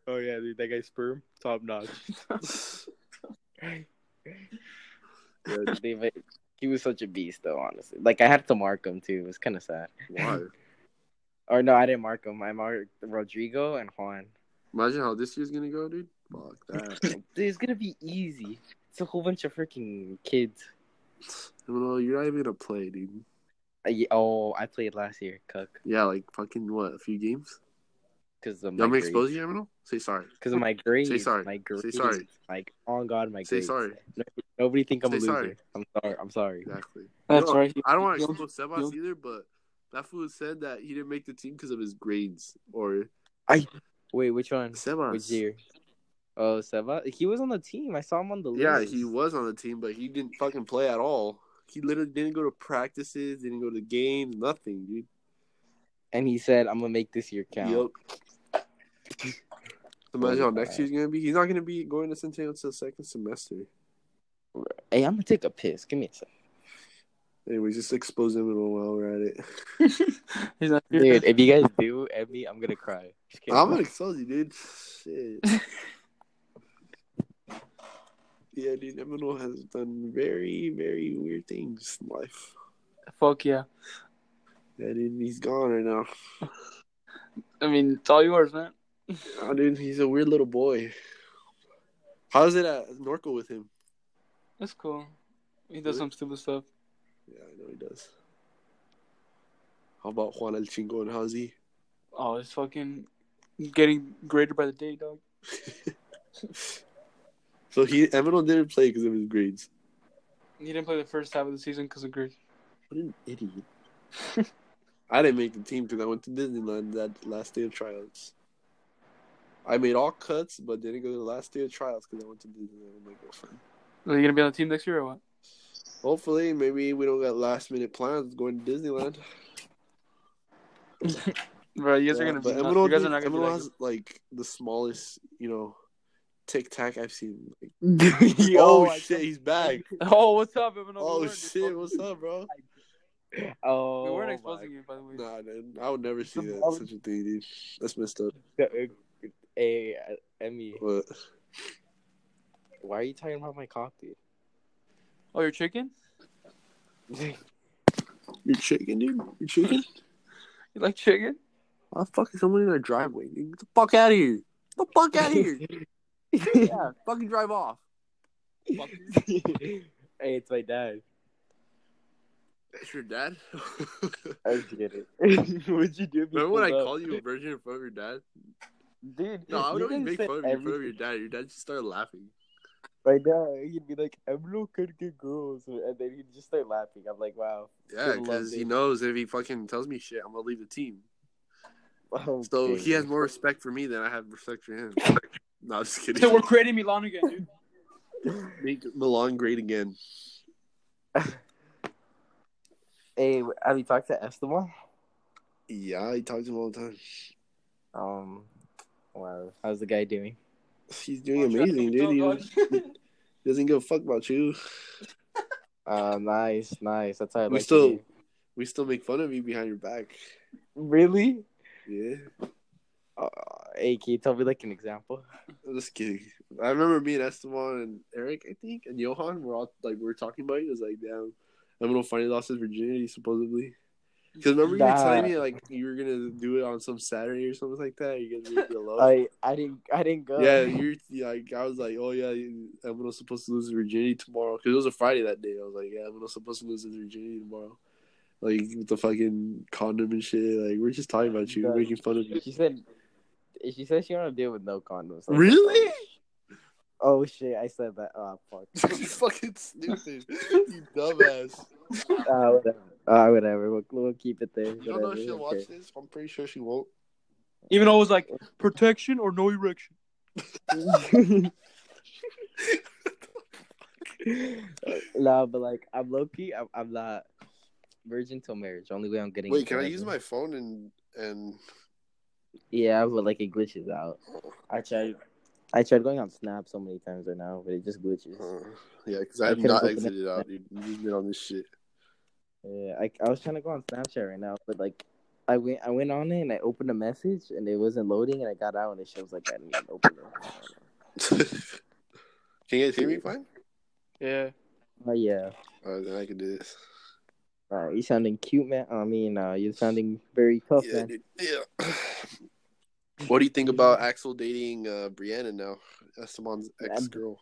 [SPEAKER 3] oh yeah, dude. That guy's sperm top notch. They- but he was such a beast, though. Honestly, like I had to mark him too. It was kind of sad.
[SPEAKER 2] Why?
[SPEAKER 3] Or no, I didn't mark him. I marked Rodrigo and Juan.
[SPEAKER 2] Imagine how this year's gonna go, dude. Fuck that.
[SPEAKER 3] Dude, it's gonna be easy. It's a whole bunch of freaking kids.
[SPEAKER 2] No, you're not even gonna play, dude.
[SPEAKER 3] I, oh, I played last year, cuck,
[SPEAKER 2] Yeah, like fucking what? A few games?
[SPEAKER 3] because of
[SPEAKER 2] You
[SPEAKER 3] my
[SPEAKER 2] want me to
[SPEAKER 3] grades.
[SPEAKER 2] expose you, Eminem? Say sorry.
[SPEAKER 3] Because of my grades.
[SPEAKER 2] sorry.
[SPEAKER 3] My
[SPEAKER 2] Say
[SPEAKER 3] grades.
[SPEAKER 2] sorry.
[SPEAKER 3] Like, on God, my
[SPEAKER 2] Say
[SPEAKER 3] grades.
[SPEAKER 2] sorry.
[SPEAKER 3] No- nobody think I'm a
[SPEAKER 2] Say
[SPEAKER 3] loser.
[SPEAKER 2] sorry.
[SPEAKER 3] I'm sorry. I'm sorry.
[SPEAKER 2] Exactly.
[SPEAKER 1] That's
[SPEAKER 2] No,
[SPEAKER 1] right.
[SPEAKER 2] I don't want to
[SPEAKER 1] Guilty.
[SPEAKER 2] expose Sebas
[SPEAKER 1] Guilty.
[SPEAKER 2] either, but that fool said that he didn't make the team because of his grades. Or
[SPEAKER 3] Wait, which one? Which
[SPEAKER 2] Sebas.
[SPEAKER 3] year? Oh, Seva. He was on the team. I saw him on the list.
[SPEAKER 2] Yeah, he was on the team, but he didn't fucking play at all. He literally didn't go to practices, didn't go to games, nothing, dude.
[SPEAKER 3] And he said, "I'm gonna make this year count."
[SPEAKER 2] Yup. Imagine how next
[SPEAKER 3] Wow.
[SPEAKER 2] year's gonna be. He's not gonna be going to Centennial until the second semester.
[SPEAKER 3] Hey, I'm gonna take a piss. Give me a second.
[SPEAKER 2] Anyway, just expose him a little while we're at it.
[SPEAKER 1] He's not here.
[SPEAKER 3] Dude, if you guys do at me, I'm gonna cry. Just kidding.
[SPEAKER 2] I'm gonna expose you, dude. Shit. yeah, dude. Eminem has done very, very weird things in life.
[SPEAKER 1] Fuck yeah.
[SPEAKER 2] Yeah, dude. He's gone right now.
[SPEAKER 1] I mean, it's all yours, man.
[SPEAKER 2] Oh, dude, he's a weird little boy. How's it at Norco with him?
[SPEAKER 1] That's cool. He does
[SPEAKER 2] Really?
[SPEAKER 1] some stupid stuff.
[SPEAKER 2] Yeah, I know he does. How about Juan El Chingon? How's he?
[SPEAKER 1] Oh, it's fucking getting greater by the day, dog.
[SPEAKER 2] So he Eminem didn't play because of his grades.
[SPEAKER 1] He didn't play the first half of the season because of grades.
[SPEAKER 2] What an idiot! I didn't make the team because I went to Disneyland that last day of tryouts. I made all cuts, but didn't go to the last day of tryouts because I went to Disneyland with my girlfriend.
[SPEAKER 1] Are you gonna be on the team next year or what?
[SPEAKER 2] Hopefully, maybe we don't got last minute plans going to Disneyland.
[SPEAKER 1] Bro, you guys
[SPEAKER 2] Yeah,
[SPEAKER 1] are gonna be.
[SPEAKER 2] Uh, but
[SPEAKER 1] nuts.
[SPEAKER 2] Eminem
[SPEAKER 1] you guys
[SPEAKER 2] did-
[SPEAKER 1] are not gonna be
[SPEAKER 2] Eminem
[SPEAKER 1] like
[SPEAKER 2] has like the smallest, you know, tic tac I've seen. Like,
[SPEAKER 3] Yo,
[SPEAKER 2] oh
[SPEAKER 3] I
[SPEAKER 2] shit, he's back.
[SPEAKER 1] us. Oh, what's up, Eminem?
[SPEAKER 2] Oh shit, what's up, bro?
[SPEAKER 3] Oh,
[SPEAKER 1] we weren't
[SPEAKER 3] my
[SPEAKER 1] exposing you, by the way.
[SPEAKER 2] Nah, man, I would never see that
[SPEAKER 3] Some-
[SPEAKER 2] such a thing, dude. That's messed up.
[SPEAKER 3] God. Hey, uh, Emmy,
[SPEAKER 2] But
[SPEAKER 3] why are you talking about my cock,
[SPEAKER 1] Oh, your chicken?
[SPEAKER 3] dude?
[SPEAKER 2] you're chicken, dude. You're chicken.
[SPEAKER 1] You like chicken?
[SPEAKER 2] I fucking someone in our driveway. Dude. Get the fuck out of here. Get the fuck out of here. yeah, fucking drive off. Fucker.
[SPEAKER 3] hey, it's my dad.
[SPEAKER 2] It's your dad.
[SPEAKER 3] I'm kidding. What'd you do? if he
[SPEAKER 2] Remember when I
[SPEAKER 3] pulled up?
[SPEAKER 2] called you a virgin in front of your dad?
[SPEAKER 3] Dude,
[SPEAKER 2] No, I would
[SPEAKER 3] you
[SPEAKER 2] always
[SPEAKER 3] guys
[SPEAKER 2] make
[SPEAKER 3] said
[SPEAKER 2] fun of you in front of your
[SPEAKER 3] everything.
[SPEAKER 2] dad. Your dad just started laughing.
[SPEAKER 3] Right now, he'd be like, I'm no good good girls. And then he'd just start laughing. I'm like, wow.
[SPEAKER 2] Yeah,
[SPEAKER 3] Good
[SPEAKER 2] because
[SPEAKER 3] love,
[SPEAKER 2] he
[SPEAKER 3] dude.
[SPEAKER 2] knows if he fucking tells me shit, I'm gonna leave the team.
[SPEAKER 3] Oh,
[SPEAKER 2] So he has
[SPEAKER 3] dang.
[SPEAKER 2] more respect for me than I have respect for him. no, I'm just kidding.
[SPEAKER 1] So we're creating Milan again, dude.
[SPEAKER 2] Make Milan great again.
[SPEAKER 3] Hey, have you talked to Esteban?
[SPEAKER 2] Yeah, he talks to him all the time.
[SPEAKER 3] Um, wow. How's the guy doing?
[SPEAKER 2] He's doing amazing,
[SPEAKER 1] Oh,
[SPEAKER 2] dude. He doesn't give a fuck about you.
[SPEAKER 3] Uh, nice, nice. That's how I
[SPEAKER 2] We
[SPEAKER 3] like
[SPEAKER 2] still-
[SPEAKER 3] to be.
[SPEAKER 2] We still make fun of you behind your back.
[SPEAKER 3] Really?
[SPEAKER 2] Yeah.
[SPEAKER 3] Uh, hey, can you tell me, like, an example?
[SPEAKER 2] I'm just kidding. I remember me and Esteban and Eric, I think, and Johan were all like we were talking about you. It was like, damn, Eminem finally lost his virginity supposedly. Because remember you were
[SPEAKER 3] Nah.
[SPEAKER 2] telling me like you were gonna do it on some Saturday or something like that. You guys were gonna love.
[SPEAKER 3] I I didn't I didn't go.
[SPEAKER 2] yeah, you're yeah, like I was like, oh yeah, you- Eminem's supposed to lose his virginity tomorrow because it was a Friday that day. I was like, yeah, Eminem's supposed to lose his virginity tomorrow. Like with the fucking condom and shit. Like we're just talking about you,
[SPEAKER 3] Nah.
[SPEAKER 2] making fun of you.
[SPEAKER 3] She said, she said she wanted to deal with no condoms. I was like,
[SPEAKER 2] Really?
[SPEAKER 3] Oh shit! I said that. Oh fuck.
[SPEAKER 2] you fucking stupid, you dumbass.
[SPEAKER 3] Uh, whatever. Uh, whatever. We'll, we'll keep it there.
[SPEAKER 2] You don't know
[SPEAKER 3] Whatever.
[SPEAKER 2] if she'll
[SPEAKER 3] Okay.
[SPEAKER 2] watch this. I'm pretty sure she won't.
[SPEAKER 1] Even though it was like protection or no erection.
[SPEAKER 3] no, but like I'm low key. I'm, I'm not virgin till marriage. Only way I'm getting.
[SPEAKER 2] Wait,
[SPEAKER 3] into
[SPEAKER 2] can I
[SPEAKER 3] heaven.
[SPEAKER 2] use my phone and and
[SPEAKER 3] Yeah, but like it glitches out. I tried. I tried going on Snap so many times right now, but it just glitches.
[SPEAKER 2] uh, yeah? Because I
[SPEAKER 3] I
[SPEAKER 2] have
[SPEAKER 3] couldn't
[SPEAKER 2] not
[SPEAKER 3] open it.
[SPEAKER 2] exited out, dude. You've just been on this shit.
[SPEAKER 3] Yeah, I, I was trying to go on Snapchat right now, but like I went I went on it and I opened a message and it wasn't loading and I got out and it shows like I didn't even open it.
[SPEAKER 2] can you guys hear me fine?
[SPEAKER 1] Yeah.
[SPEAKER 3] Oh yeah,
[SPEAKER 2] All right, then I can do this.
[SPEAKER 3] uh, you sounding cute, man. I mean, uh, you're sounding very tough,
[SPEAKER 2] yeah,
[SPEAKER 3] man.
[SPEAKER 2] dude. yeah. What do you think about Axel dating uh, Brianna now? Esteban's ex girl.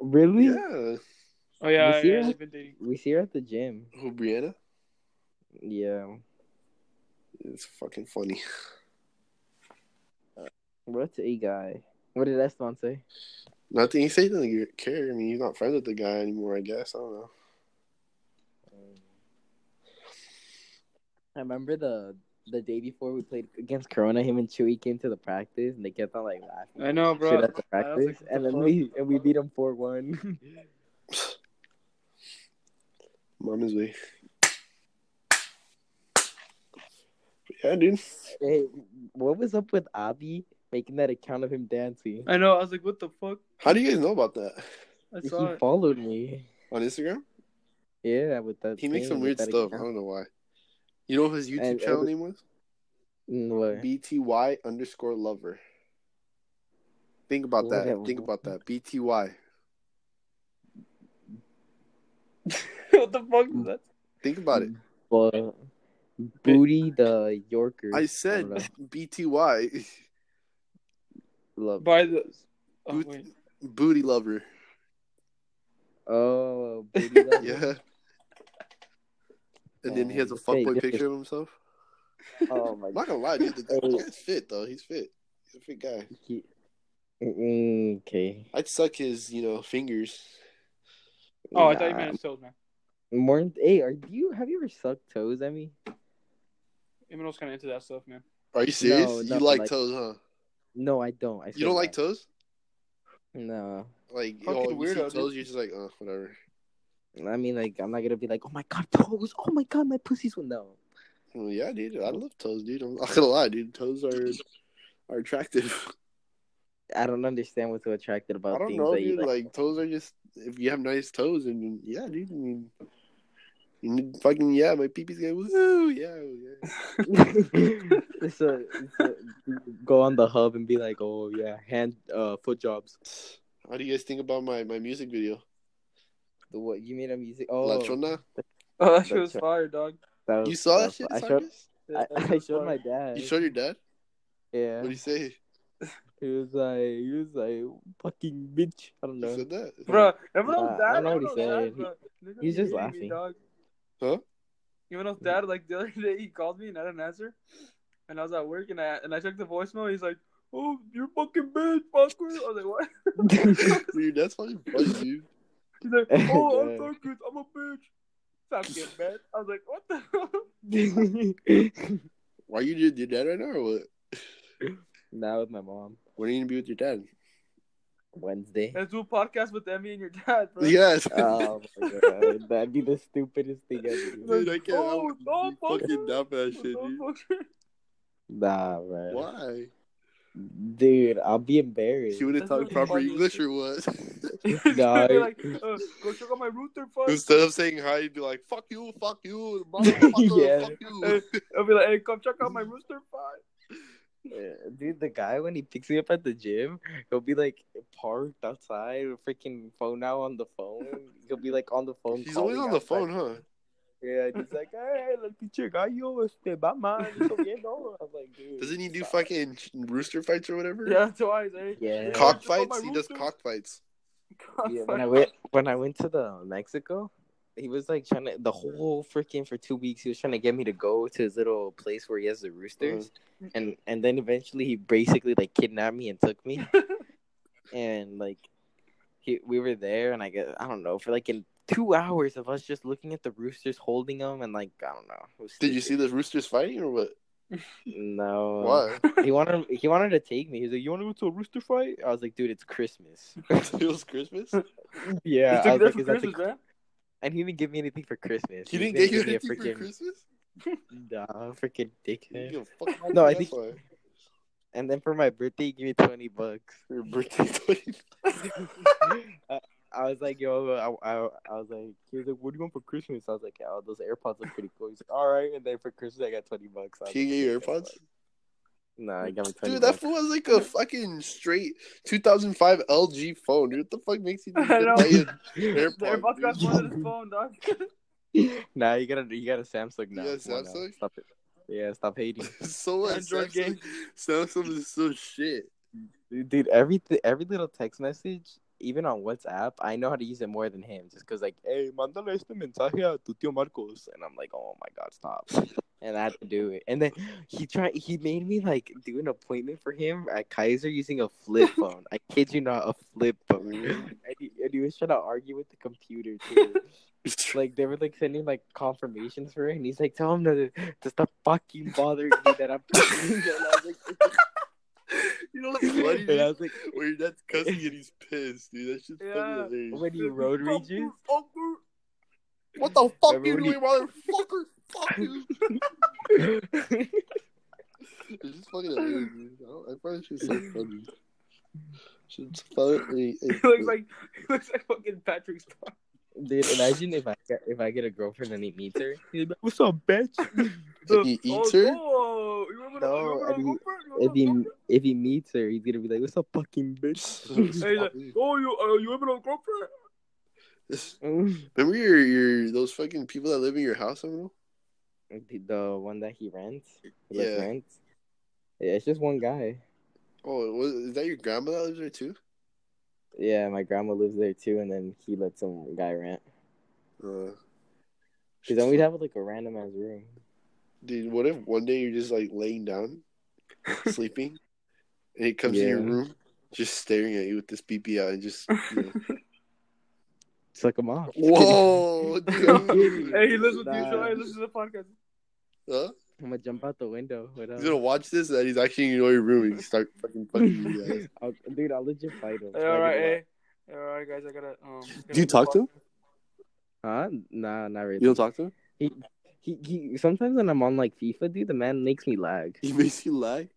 [SPEAKER 3] Really?
[SPEAKER 2] Yeah.
[SPEAKER 1] Oh yeah,
[SPEAKER 3] You see
[SPEAKER 1] yeah,
[SPEAKER 3] her?
[SPEAKER 1] they've been dating.
[SPEAKER 3] We see her at the gym.
[SPEAKER 2] Who Brianna?
[SPEAKER 3] Yeah,
[SPEAKER 2] It's fucking funny.
[SPEAKER 3] what's a guy? What did Esteban say?
[SPEAKER 2] Not that he said doesn't care. I mean, he's not friends with the guy anymore. I guess I don't know.
[SPEAKER 3] I remember the the day before we played against Corona, him and Chewy came to the practice and they kept on like laughing.
[SPEAKER 1] I know, bro.
[SPEAKER 3] Shit at the
[SPEAKER 1] I was like,
[SPEAKER 3] practice,
[SPEAKER 1] what the
[SPEAKER 3] and then
[SPEAKER 1] fuck?
[SPEAKER 3] we and we beat him four one.
[SPEAKER 2] Mama's way. Yeah, dude.
[SPEAKER 3] Hey, what was up with Abby making that account of him dancing?
[SPEAKER 1] I know. I was like, what the fuck?
[SPEAKER 2] How do you guys know about that?
[SPEAKER 1] I
[SPEAKER 3] he
[SPEAKER 1] saw it.
[SPEAKER 3] followed me.
[SPEAKER 2] On Instagram?
[SPEAKER 3] Yeah, with that.
[SPEAKER 2] He makes
[SPEAKER 3] thing,
[SPEAKER 2] some
[SPEAKER 3] with
[SPEAKER 2] weird
[SPEAKER 3] that
[SPEAKER 2] stuff. I
[SPEAKER 3] account.
[SPEAKER 2] don't know why. You know what his YouTube
[SPEAKER 3] And-
[SPEAKER 2] channel
[SPEAKER 3] and-
[SPEAKER 2] name was?
[SPEAKER 3] Mm, What?
[SPEAKER 2] BTY underscore lover. Think about that.
[SPEAKER 3] Whatever.
[SPEAKER 2] Think about that. BTY.
[SPEAKER 1] what the fuck is that?
[SPEAKER 2] Think about it.
[SPEAKER 3] Mm-hmm. But booty the Yorker.
[SPEAKER 2] I said
[SPEAKER 3] don't
[SPEAKER 2] BTY.
[SPEAKER 3] Love.
[SPEAKER 1] By the. Oh,
[SPEAKER 2] Boot-
[SPEAKER 1] wait.
[SPEAKER 2] Booty lover.
[SPEAKER 3] Oh, booty love.
[SPEAKER 2] Yeah. And then he has a
[SPEAKER 3] Um, hey,
[SPEAKER 2] fuckboy
[SPEAKER 3] this is-
[SPEAKER 2] picture of himself.
[SPEAKER 3] Oh my
[SPEAKER 2] I'm
[SPEAKER 3] god.
[SPEAKER 2] not gonna lie, dude. The
[SPEAKER 3] Hey.
[SPEAKER 2] guy's fit though. He's fit. He's a fit guy.
[SPEAKER 3] He- Mm, Okay.
[SPEAKER 2] I'd suck his, you know, fingers.
[SPEAKER 1] Oh, I thought you
[SPEAKER 3] Nah.
[SPEAKER 1] meant his toes, man.
[SPEAKER 3] More. than- Hey, are do you have you ever sucked toes? I mean,
[SPEAKER 1] Emmanuel's kind of into that stuff, man.
[SPEAKER 2] Are you serious?
[SPEAKER 3] No,
[SPEAKER 2] you
[SPEAKER 3] no,
[SPEAKER 2] like,
[SPEAKER 3] like-
[SPEAKER 2] toes, huh?
[SPEAKER 3] no, I don't. I
[SPEAKER 2] You don't like
[SPEAKER 3] toes?
[SPEAKER 2] toes?
[SPEAKER 3] No.
[SPEAKER 2] Like you,
[SPEAKER 1] Fucking
[SPEAKER 2] know, you see
[SPEAKER 1] weirdo, dude.
[SPEAKER 2] toes, you're just like, oh, whatever.
[SPEAKER 3] I mean, like, I'm not gonna be like, oh my god, toes. Oh my god, my pussies will no.
[SPEAKER 2] Well, yeah, dude, I love toes, dude. I'm not gonna lie, dude. Toes are are attractive.
[SPEAKER 3] I don't understand what's so attracted about
[SPEAKER 2] I don't
[SPEAKER 3] things
[SPEAKER 2] know,
[SPEAKER 3] that you
[SPEAKER 2] dude.
[SPEAKER 3] like.
[SPEAKER 2] Like toes are just if you have nice toes, and yeah, dude. I mean, you And fucking yeah, my peepee's going woo, yeah, oh, yeah.
[SPEAKER 3] it's a, it's a, go on the hub and be like, oh yeah, hand uh foot jobs.
[SPEAKER 2] How do you guys think about my, my music video?
[SPEAKER 3] The what you made a music? Oh,
[SPEAKER 2] La Chona?
[SPEAKER 1] Oh, that shit was
[SPEAKER 3] That's right.
[SPEAKER 1] fire, dog.
[SPEAKER 3] that was-
[SPEAKER 2] You saw that
[SPEAKER 3] was-
[SPEAKER 2] shit?
[SPEAKER 3] I showed,
[SPEAKER 2] Sarkis?
[SPEAKER 1] Yeah,
[SPEAKER 3] I,
[SPEAKER 1] that shit
[SPEAKER 3] I
[SPEAKER 1] was
[SPEAKER 3] showed my
[SPEAKER 1] fire.
[SPEAKER 3] dad.
[SPEAKER 2] You showed your dad?
[SPEAKER 3] yeah,
[SPEAKER 2] What do you say?
[SPEAKER 3] he was like, he was like, fucking bitch. I don't
[SPEAKER 2] You
[SPEAKER 3] know.
[SPEAKER 2] said that?
[SPEAKER 1] Bro, everyone's
[SPEAKER 3] Nah, I
[SPEAKER 1] dad.
[SPEAKER 3] don't know what he
[SPEAKER 1] everyone's dad,
[SPEAKER 3] said.
[SPEAKER 1] bro. Look at
[SPEAKER 3] he's
[SPEAKER 1] me hating
[SPEAKER 3] just
[SPEAKER 1] me,
[SPEAKER 3] laughing.
[SPEAKER 1] dog.
[SPEAKER 2] Huh?
[SPEAKER 1] Even though dad, like the other day, he called me and I didn't answer, and I was at work and I and I checked the voicemail. He's like, "Oh, you're fucking bitch, fucker." I was like, "What?"
[SPEAKER 2] Your dad's fucking funny, dude.
[SPEAKER 1] He's like, "Oh, I'm fucking, I'm a bitch, fucking bitch." I was like, "What the?" hell?"
[SPEAKER 2] Why are you with your dad right now or what?
[SPEAKER 3] now with my mom
[SPEAKER 2] When are you gonna be with your dad?
[SPEAKER 3] Wednesday.
[SPEAKER 1] Let's do a podcast with Emmy and your dad, bro.
[SPEAKER 2] Yes.
[SPEAKER 3] oh my god, that'd be the stupidest thing ever.
[SPEAKER 2] Dude, I can't
[SPEAKER 1] Oh,
[SPEAKER 2] help
[SPEAKER 1] no,
[SPEAKER 2] you
[SPEAKER 1] fuck
[SPEAKER 2] fucking
[SPEAKER 1] it.
[SPEAKER 2] down for
[SPEAKER 1] What
[SPEAKER 2] that shit, dude.
[SPEAKER 1] the fuck?
[SPEAKER 3] Nah, man.
[SPEAKER 2] Why?
[SPEAKER 3] Dude, I'll be embarrassed.
[SPEAKER 2] She
[SPEAKER 1] That's
[SPEAKER 2] wouldn't talk
[SPEAKER 1] not
[SPEAKER 2] proper
[SPEAKER 1] funny.
[SPEAKER 2] English or what?
[SPEAKER 1] He's
[SPEAKER 3] Nah,
[SPEAKER 1] gonna be
[SPEAKER 3] I-
[SPEAKER 1] like, uh, go check out my router, fuck.
[SPEAKER 2] Instead of saying hi, you'd be like, fuck you, fuck you, motherfucker,
[SPEAKER 3] Yeah.
[SPEAKER 2] fuck you.
[SPEAKER 1] I'll be like, "Hey, come check out my rooster, fuck."
[SPEAKER 3] Uh, Dude, the guy when he picks me up at the gym, he'll be like parked outside, with freaking phone out on the phone. He'll be like on the phone.
[SPEAKER 2] He's always
[SPEAKER 3] calling
[SPEAKER 2] on the
[SPEAKER 3] outside.
[SPEAKER 2] phone, huh?
[SPEAKER 3] Yeah, and he's like, hey, like teacher, guy, you este, va mal, esto bien, no?" I'm like, dude.
[SPEAKER 2] Doesn't he do
[SPEAKER 3] stop.
[SPEAKER 2] fucking rooster fights or whatever?
[SPEAKER 1] Yeah, twice, eh?
[SPEAKER 3] Yeah.
[SPEAKER 2] Cockfights? He does cockfights.
[SPEAKER 3] Yeah, when I went when I went to the Mexico, he was like trying to the whole freaking for two weeks. He was trying to get me to go to his little place where he has the roosters, and and then eventually he basically like kidnapped me and took me, and like he we were there, and I guess I don't know for like in two hours of us just looking at the roosters, holding them, and like I don't know. it was
[SPEAKER 2] Did you see
[SPEAKER 3] stupid.
[SPEAKER 2] the roosters fighting or what?
[SPEAKER 3] No.
[SPEAKER 2] Why?
[SPEAKER 3] He wanted he wanted to take me. He's like, "You want to go to a rooster fight?" I was like, "Dude, it's Christmas."
[SPEAKER 2] it was Christmas?
[SPEAKER 3] yeah, I
[SPEAKER 1] you took
[SPEAKER 3] was
[SPEAKER 1] that
[SPEAKER 3] like,
[SPEAKER 1] for
[SPEAKER 3] "Is that the
[SPEAKER 1] Christmas, man.
[SPEAKER 3] and he didn't give me anything for Christmas.
[SPEAKER 2] He
[SPEAKER 3] was
[SPEAKER 2] didn't get you
[SPEAKER 3] gonna
[SPEAKER 2] anything
[SPEAKER 3] give me
[SPEAKER 2] for Christmas?
[SPEAKER 3] Nah, freaking
[SPEAKER 2] You didn't
[SPEAKER 3] dickhead.
[SPEAKER 2] give a fuck about
[SPEAKER 3] No, I
[SPEAKER 2] that,
[SPEAKER 3] think-
[SPEAKER 2] why?
[SPEAKER 3] And then for my birthday, he gave me twenty bucks.
[SPEAKER 2] Your birthday 20.
[SPEAKER 3] I, I was like, yo, I, I, I was like, he was like, what do you want for Christmas? I was like, oh, those AirPods look pretty cool. He's like, all right. And then for Christmas, I got twenty bucks. I was
[SPEAKER 2] Can you
[SPEAKER 3] like,
[SPEAKER 2] get your
[SPEAKER 3] "Okay,
[SPEAKER 2] AirPods?
[SPEAKER 3] fuck." Nah, I got me twenty
[SPEAKER 2] Dude, that
[SPEAKER 3] bucks.
[SPEAKER 2] phone was like a fucking straight 2005 LG phone. Dude, what the fuck makes you think
[SPEAKER 1] I
[SPEAKER 2] you
[SPEAKER 1] know.
[SPEAKER 2] can buy an
[SPEAKER 1] The AirPods got
[SPEAKER 2] AirPod?
[SPEAKER 1] one on his phone, dog.
[SPEAKER 3] nah, you got a, you got a Samsung now.
[SPEAKER 2] Yeah,
[SPEAKER 3] Come on now.
[SPEAKER 2] Samsung?
[SPEAKER 3] Stop it. Yeah, stop hating,
[SPEAKER 2] dude? so what?
[SPEAKER 1] Android
[SPEAKER 2] Samsung,
[SPEAKER 1] game.
[SPEAKER 2] Samsung is so shit.
[SPEAKER 3] dude. dude, Every th- every little text message, even on WhatsApp, I know how to use it more than him. Just cause like, hey, mandale este mensaje a tu tío Marcos, and I'm like, oh my god, stop. and I had to do it. And then he tried. He made me like do an appointment for him at Kaiser using a flip phone. I kid you not, a flip phone. And he, and he was trying to argue with the computer too. like they were like sending like confirmations for it, and he's like, "Tell him to to stop fucking bothering me that I'm." and I was like,
[SPEAKER 2] You know what's funny?
[SPEAKER 3] and I
[SPEAKER 2] Dude?
[SPEAKER 3] was like
[SPEAKER 2] Where your dad's cussing and he's pissed, dude. That shit's
[SPEAKER 1] Yeah.
[SPEAKER 2] fucking hilarious.
[SPEAKER 3] when you road rages.
[SPEAKER 2] What the fuck
[SPEAKER 3] Remember
[SPEAKER 2] you
[SPEAKER 3] when
[SPEAKER 2] doing,
[SPEAKER 3] he-
[SPEAKER 2] motherfucker? Fuck you. It's just fucking hilarious, dude. I, don't- I find that shit so funny. Shit's funny.
[SPEAKER 1] He looks like he looks like fucking Patrick's dog.
[SPEAKER 3] Dude, imagine if I get, if I get a girlfriend and he meets her. He's like, "What's up, bitch?"
[SPEAKER 2] If he eats her?
[SPEAKER 1] Oh, you remember
[SPEAKER 3] No,
[SPEAKER 1] that?
[SPEAKER 3] if he-
[SPEAKER 1] You remember
[SPEAKER 3] if
[SPEAKER 1] that?
[SPEAKER 3] he if he meets her, he's gonna be like, "What's up, fucking bitch?"
[SPEAKER 1] Hey, like, oh, you uh, you having a girlfriend?
[SPEAKER 2] Remember your, your those fucking people that live in your house, I don't know?
[SPEAKER 3] the, the one that he rents. He like,
[SPEAKER 2] Yeah.
[SPEAKER 3] rents. Yeah, it's just one guy.
[SPEAKER 2] Oh, was, is that your grandma that lives there too?
[SPEAKER 3] Yeah, my grandma lives there too, and then he lets some guy rent.
[SPEAKER 2] Uh,
[SPEAKER 3] Cause then we'd have like a random ass room.
[SPEAKER 2] dude, what if one day you're just like laying down, sleeping, and he comes in your
[SPEAKER 3] Yeah.
[SPEAKER 2] room, just staring at you with this BPI and just. You know.
[SPEAKER 3] Suck him off.
[SPEAKER 2] Whoa, dude.
[SPEAKER 1] hey, he lives with you,
[SPEAKER 3] Nah.
[SPEAKER 1] so hey, listen to the podcast.
[SPEAKER 2] Huh?
[SPEAKER 3] I'm gonna jump out the window. What
[SPEAKER 2] He's
[SPEAKER 3] up?
[SPEAKER 2] gonna watch this and he's actually in your room and start fucking fucking you eh? guys.
[SPEAKER 3] I'll, dude, I'll legit fight him.
[SPEAKER 1] Hey, all right, hey, all right, guys, I gotta. Um,
[SPEAKER 2] Do you talk to him?
[SPEAKER 3] Huh? Nah, not really.
[SPEAKER 2] You don't talk to him?
[SPEAKER 3] He, he, sometimes when I'm on like FIFA, dude, the man makes me lag.
[SPEAKER 2] He makes you lie?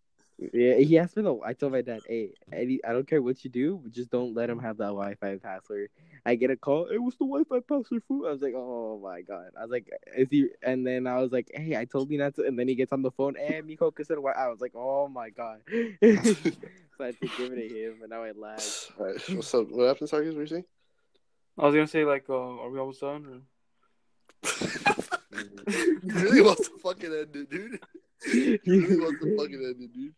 [SPEAKER 3] Yeah, he asked me the. I told my dad, "Hey, Eddie, I don't care what you do, but just don't let him have that Wi-Fi password." I get a call. Hey, what's the Wi-Fi password for? I was like, oh my god. I was like, is he? And then I was like, hey, I told you not to. And then he gets on the phone. Hey, Miko, said why? I was like, oh my god. so I had to give it to him, and now I laughed.
[SPEAKER 2] All right, what's up? What happened, Sarkis? What were you saying?
[SPEAKER 1] I was gonna say like, uh, are we almost done? Or...
[SPEAKER 2] you really want to fucking end it, dude. You really want to fucking end it, dude.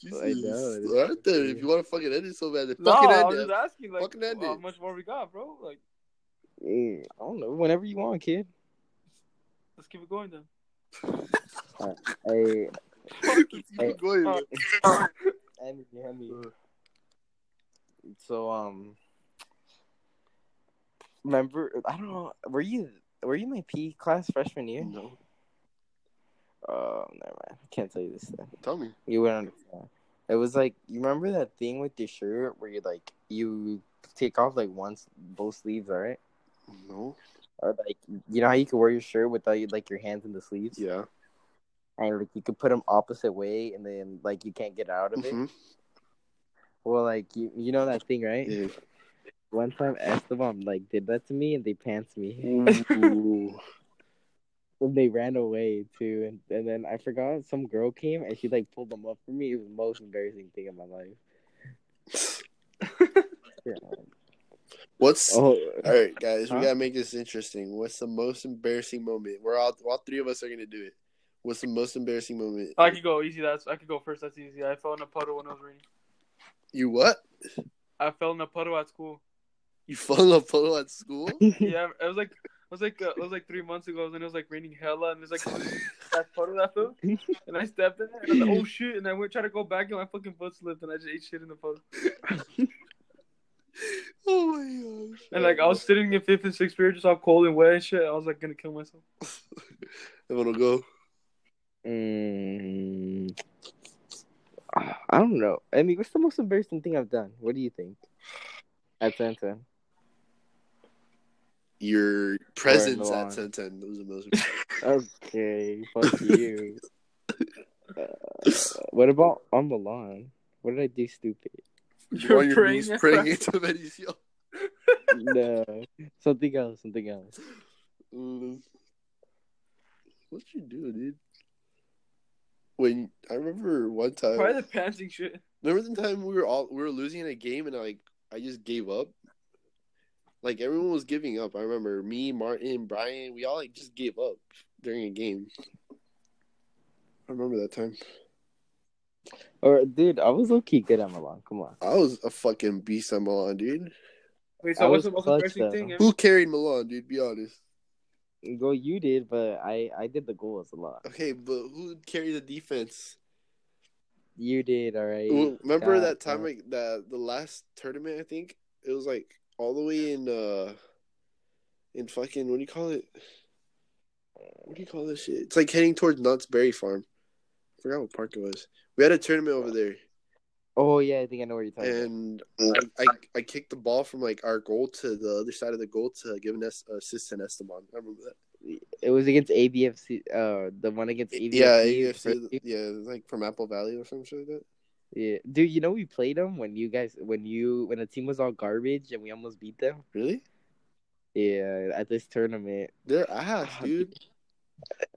[SPEAKER 2] Jesus.
[SPEAKER 3] I know, dude.
[SPEAKER 2] All right, then. If you want to fucking end it so bad, then
[SPEAKER 1] No,
[SPEAKER 2] fucking
[SPEAKER 1] I
[SPEAKER 2] end
[SPEAKER 1] was
[SPEAKER 2] it.
[SPEAKER 1] just asking like, uh,
[SPEAKER 2] Fucking end
[SPEAKER 1] how
[SPEAKER 2] it.
[SPEAKER 1] much more we got, bro? Like,
[SPEAKER 3] Mm, I don't know. Whenever you want, kid.
[SPEAKER 1] let's keep it going then.
[SPEAKER 3] Hey,
[SPEAKER 2] Let's keep it going, man.
[SPEAKER 3] Andy, Andy. So um, remember? I don't know. Were you were you my P class freshman year?
[SPEAKER 2] No,
[SPEAKER 3] Oh, never mind. I can't tell you this. Thing.
[SPEAKER 2] tell me.
[SPEAKER 3] You wouldn't understand. It was like you remember that thing with your shirt where you like you take off like once both sleeves, all right?
[SPEAKER 2] No.
[SPEAKER 3] Or like you know how you could wear your shirt without you, like your hands in the sleeves,
[SPEAKER 2] Yeah.
[SPEAKER 3] and like you could put them opposite way, and then like you can't get out of it.
[SPEAKER 2] hmm
[SPEAKER 3] Well, like you you know that thing, right?
[SPEAKER 2] yeah.
[SPEAKER 3] One time Esteban like did that to me, and they pants me.
[SPEAKER 2] Ooh.
[SPEAKER 3] And they ran away too, and, and then I forgot some girl came and she like pulled them up for me. It was the most embarrassing thing in my life. Yeah.
[SPEAKER 2] What's
[SPEAKER 3] Oh,
[SPEAKER 2] all right, guys?
[SPEAKER 3] Huh?
[SPEAKER 2] We gotta make this interesting. What's the most embarrassing moment? We're all all three of us are gonna do it. What's the most embarrassing moment?
[SPEAKER 1] I could go easy. That's I could go first. That's easy. I fell in a puddle when I was reading.
[SPEAKER 2] You what?
[SPEAKER 1] I fell in a puddle at school.
[SPEAKER 2] You fell in a puddle at school? Oh
[SPEAKER 1] Yeah, it was like it was like uh, it was like three months ago, and it was like raining hella, and there's like that puddle that fell, and I stepped in it, and I was like, oh shit, and I went try to go back, and my fucking foot slipped, and I just ate shit in the puddle.
[SPEAKER 2] oh my gosh!
[SPEAKER 1] And like I was sitting in fifth and sixth period, just all cold and wet and shit. I was like gonna kill myself.
[SPEAKER 2] I'm gonna go.
[SPEAKER 3] mm, I don't know. I mean, what's the most embarrassing thing I've done? What do you think? At Santa.
[SPEAKER 2] Your presence at
[SPEAKER 3] Alright, move
[SPEAKER 2] ten ten. That was the most.
[SPEAKER 3] Okay, fuck you. Uh, what about on the lawn? What did I do stupid?
[SPEAKER 2] You're on your
[SPEAKER 1] praying
[SPEAKER 2] knees
[SPEAKER 1] at
[SPEAKER 2] praying
[SPEAKER 1] practice.
[SPEAKER 2] into Benicio.
[SPEAKER 3] no, something else, something else.
[SPEAKER 2] Mm. What you do, dude? When I remember one time,
[SPEAKER 1] Probably the panting shit.
[SPEAKER 2] remember the time we were all we were losing in a game, and like I just gave up. Like everyone was giving up. I remember me, Martin, Brian. We all like just gave up during a game. I remember that time.
[SPEAKER 3] Or dude, I was low key good at my lawn. Come on.
[SPEAKER 2] I was a fucking beast at Milan, dude.
[SPEAKER 1] Wait,
[SPEAKER 3] I
[SPEAKER 1] so what's
[SPEAKER 3] was
[SPEAKER 1] the most
[SPEAKER 3] clutch,
[SPEAKER 1] embarrassing
[SPEAKER 3] though.
[SPEAKER 1] thing?
[SPEAKER 2] Who carried Milan, dude? Be honest.
[SPEAKER 3] Well, you did, but I I did the goals a lot.
[SPEAKER 2] Okay, but who carried the defense?
[SPEAKER 3] You did, all right.
[SPEAKER 2] Well, remember
[SPEAKER 3] God,
[SPEAKER 2] that time
[SPEAKER 3] man.
[SPEAKER 2] like that the last tournament I think it was like all the way in uh in fucking what do you call it? What do you call this shit? It's like heading towards Knott's Berry Farm. I forgot what park it was. We had a tournament over there,
[SPEAKER 3] Oh yeah, I think I know what you're talking about.
[SPEAKER 2] and I, I I kicked the ball from like our goal to the other side of the goal to give an es- assist to Esteban. I remember that.
[SPEAKER 3] It was against ABFC, uh, the one against ABFC.
[SPEAKER 2] yeah, AFC,
[SPEAKER 3] ABFC.
[SPEAKER 2] yeah, it was, like from Apple Valley or something like that.
[SPEAKER 3] Yeah, dude, you know we played them when you guys, when you, when the team was all garbage and we almost beat them.
[SPEAKER 2] Really?
[SPEAKER 3] Yeah, at this tournament,
[SPEAKER 2] They're ass,
[SPEAKER 3] Ah,
[SPEAKER 2] dude.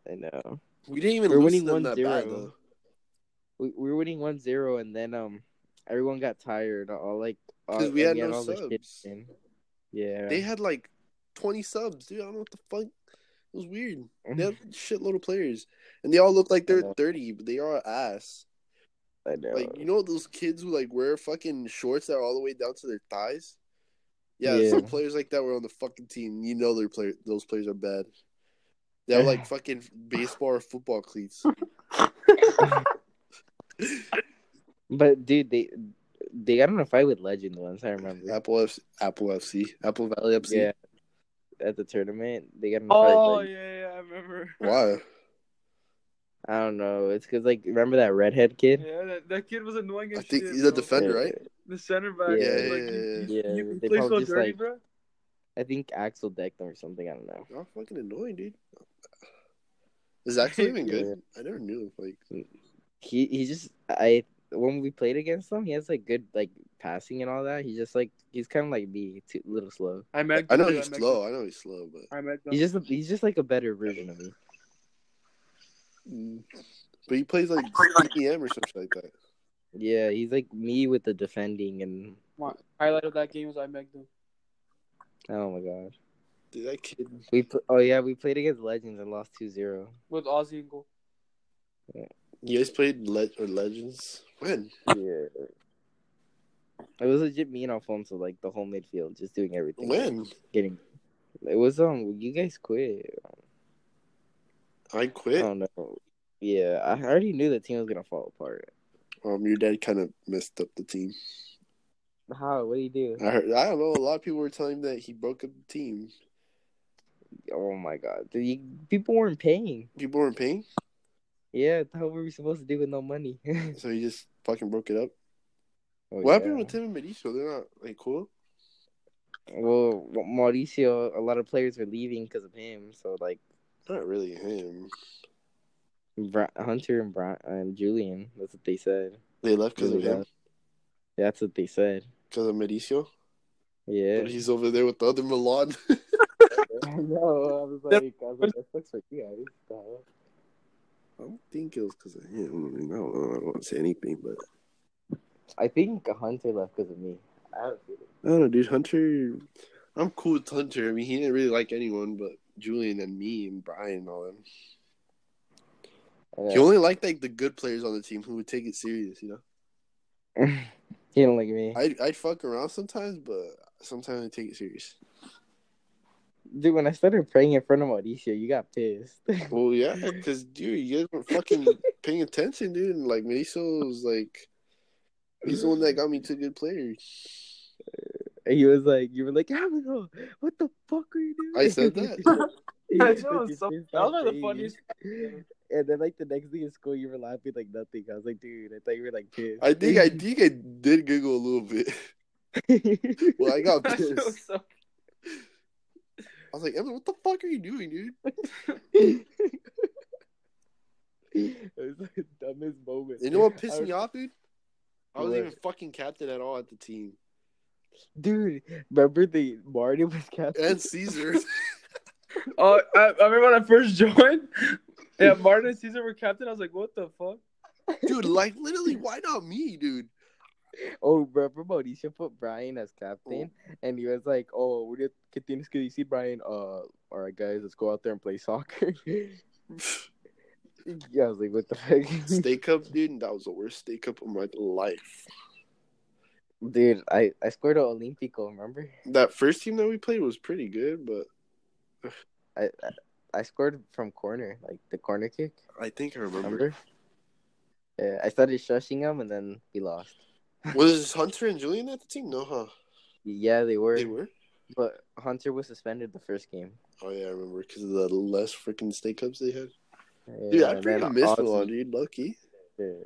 [SPEAKER 3] I know
[SPEAKER 2] We didn't even
[SPEAKER 3] We're
[SPEAKER 2] lose
[SPEAKER 3] winning
[SPEAKER 2] to them that bad
[SPEAKER 3] 1-0.
[SPEAKER 2] though.
[SPEAKER 3] we, we were winning 1-0 and then um everyone got tired. All like all-
[SPEAKER 2] 'Cause we
[SPEAKER 3] and
[SPEAKER 2] had no
[SPEAKER 3] all the shit
[SPEAKER 2] subs.
[SPEAKER 3] in. Yeah,
[SPEAKER 2] They had like 20 subs, dude. I don't know what the fuck. It was weird.
[SPEAKER 3] Mm-hmm.
[SPEAKER 2] They had a shitload of players, and they all look like
[SPEAKER 3] I
[SPEAKER 2] they're
[SPEAKER 3] know.
[SPEAKER 2] 30, but they are ass.
[SPEAKER 3] I know.
[SPEAKER 2] Like you know those kids who like wear fucking shorts that are all the way down to their thighs. Yeah,
[SPEAKER 3] Yeah.
[SPEAKER 2] some players like that were on the fucking team. You know, their player, those players are bad. They have like fucking baseball or football cleats.
[SPEAKER 3] But dude, they they got in a fight with Legend once. I remember.
[SPEAKER 2] Apple FC, Apple FC, Apple Valley FC.
[SPEAKER 3] Yeah, at the tournament, they got in a fight.
[SPEAKER 1] Oh
[SPEAKER 3] like,
[SPEAKER 1] yeah, yeah, I remember.
[SPEAKER 2] Why?
[SPEAKER 3] I don't know. It's because like remember that redhead kid?
[SPEAKER 1] Yeah, that, that kid was annoying as
[SPEAKER 2] I think
[SPEAKER 1] shit.
[SPEAKER 2] he's a
[SPEAKER 1] bro.
[SPEAKER 2] defender, right?
[SPEAKER 1] The center back.
[SPEAKER 3] Yeah,
[SPEAKER 1] Yeah, like,
[SPEAKER 2] yeah,
[SPEAKER 1] you,
[SPEAKER 3] yeah, yeah.
[SPEAKER 1] you, you
[SPEAKER 3] They
[SPEAKER 1] play
[SPEAKER 3] probably
[SPEAKER 1] so
[SPEAKER 3] just,
[SPEAKER 1] dirty,
[SPEAKER 3] like-
[SPEAKER 1] bro.
[SPEAKER 3] I think Axel decked them or something. I don't know.
[SPEAKER 2] Y'all fucking annoying, dude. Is that actually even good? I never knew. Like,
[SPEAKER 3] He he just I when we played against him, he has like good like passing and all that. He's just like he's kind of like me, too, a little slow.
[SPEAKER 1] I met.
[SPEAKER 2] I know
[SPEAKER 1] dude,
[SPEAKER 2] he's
[SPEAKER 1] met-
[SPEAKER 2] slow. I know he's slow, but
[SPEAKER 1] I met.
[SPEAKER 3] He's just he's just like a better version of me.
[SPEAKER 2] Mm. but he plays like PM or something like that.
[SPEAKER 3] Yeah, he's like me with the defending and
[SPEAKER 1] My highlight of that game was I met them.
[SPEAKER 3] oh my god,
[SPEAKER 2] Dude, that kid.
[SPEAKER 3] we pl- oh yeah we played against Legends and lost 2-0.
[SPEAKER 1] with Aussie and goal.
[SPEAKER 2] You guys played Le- or Legends when?
[SPEAKER 3] Yeah, it was legit me and Alfonso like the whole midfield just doing everything.
[SPEAKER 2] When
[SPEAKER 3] getting it was um you guys quit.
[SPEAKER 2] I
[SPEAKER 3] I
[SPEAKER 2] quit,
[SPEAKER 3] don't know. Yeah, I already knew the team was gonna fall apart.
[SPEAKER 2] um, your dad kind of messed up the team.
[SPEAKER 3] How? What do you do?
[SPEAKER 2] I heard. I don't know. A lot of people were telling that he broke up the team.
[SPEAKER 3] Oh my god, Dude, you, people weren't paying.
[SPEAKER 2] People weren't paying,
[SPEAKER 3] Yeah, what were we supposed to do with no money? oh,
[SPEAKER 2] so he just fucking broke it up. what happened with Tim and Medicio? They're not like cool.
[SPEAKER 3] Well, Mauricio, a lot of players were leaving because of him. So like
[SPEAKER 2] Not really him.
[SPEAKER 3] Bra- Hunter and Bra- and Julian, that's what they said.
[SPEAKER 2] They left because of
[SPEAKER 3] Really
[SPEAKER 2] him.
[SPEAKER 3] bad. That's what they said.
[SPEAKER 2] Because of Medicio.
[SPEAKER 3] Yeah.
[SPEAKER 2] But he's over there with the other Milan.
[SPEAKER 3] I know. I was
[SPEAKER 1] That-
[SPEAKER 3] I was like, that sucks for you guys. though."
[SPEAKER 2] I don't think it was because of him. I, mean, I don't know. I don't want to say anything, but
[SPEAKER 3] I think Hunter left because of me. I have a feeling.
[SPEAKER 2] I don't know, dude. Hunter, I'm cool with Hunter. I mean, he didn't really like anyone but Julian and me and Brian and all them.
[SPEAKER 3] I know.
[SPEAKER 2] He only liked like the good players on the team who would take it serious. You know,
[SPEAKER 3] He didn't like me.
[SPEAKER 2] I I'd fuck around sometimes, but sometimes I take it serious.
[SPEAKER 3] Dude, when I started praying in front of Mauricio, you got pissed.
[SPEAKER 2] Well, yeah, because dude, you guys weren't fucking paying attention, dude. And like Mediso was like, he's the one that got me two good players.
[SPEAKER 3] And he was like, you were like, Abigail, what the fuck are you doing?
[SPEAKER 2] I said that.
[SPEAKER 3] You
[SPEAKER 1] That
[SPEAKER 3] took
[SPEAKER 1] was
[SPEAKER 3] your
[SPEAKER 1] so-
[SPEAKER 3] face
[SPEAKER 1] that was one of
[SPEAKER 3] off
[SPEAKER 1] the
[SPEAKER 3] me.
[SPEAKER 1] funniest-
[SPEAKER 3] And then like the next day in school, you were laughing like nothing. I was like, dude, I thought you were like pissed.
[SPEAKER 2] I think I think I did giggle a little bit. Well, I got
[SPEAKER 1] That shit was
[SPEAKER 2] pissed.
[SPEAKER 1] so-
[SPEAKER 2] I was like, Evan, what the fuck are you doing, dude?
[SPEAKER 3] it was like the dumbest moment.
[SPEAKER 2] You know what
[SPEAKER 3] I
[SPEAKER 2] pissed
[SPEAKER 3] was-
[SPEAKER 2] me off, dude? I wasn't
[SPEAKER 3] What?
[SPEAKER 2] even fucking captain at all at the team.
[SPEAKER 3] Dude, remember the Marty was captain?
[SPEAKER 2] And Caesar.
[SPEAKER 1] Oh, I, I remember when I first joined. Yeah, Martin and Caesar were captain. I was like, what the fuck?
[SPEAKER 2] dude, like literally, why not me, dude?
[SPEAKER 3] Oh, remember Mauricio put Brian as captain,
[SPEAKER 2] Oh.
[SPEAKER 3] and he was like, "Oh, we're gonna continue to see Brian. Uh, all right, guys, let's go out there and play soccer." yeah, I was like, "What the heck,
[SPEAKER 2] Stay cup, dude, and that was the worst stay cup of my life.
[SPEAKER 3] dude?" I I scored an Olympico. Remember,
[SPEAKER 2] That first team that we played was pretty good, but
[SPEAKER 3] I I- I scored from corner, like the corner kick.
[SPEAKER 2] I think I remember.
[SPEAKER 3] Remember? Yeah, I started shushing him, and then we lost.
[SPEAKER 2] Was Hunter and Julian at the team? No, huh?
[SPEAKER 3] Yeah, they were,
[SPEAKER 2] They were.
[SPEAKER 3] but Hunter was suspended the first game.
[SPEAKER 2] Oh yeah, I remember because of the less freaking stay cups they had.
[SPEAKER 3] Yeah,
[SPEAKER 2] Dude, I
[SPEAKER 3] and then
[SPEAKER 2] freaking missed
[SPEAKER 3] Ozzy-
[SPEAKER 2] Milan, dude. Lucky.
[SPEAKER 3] Dude,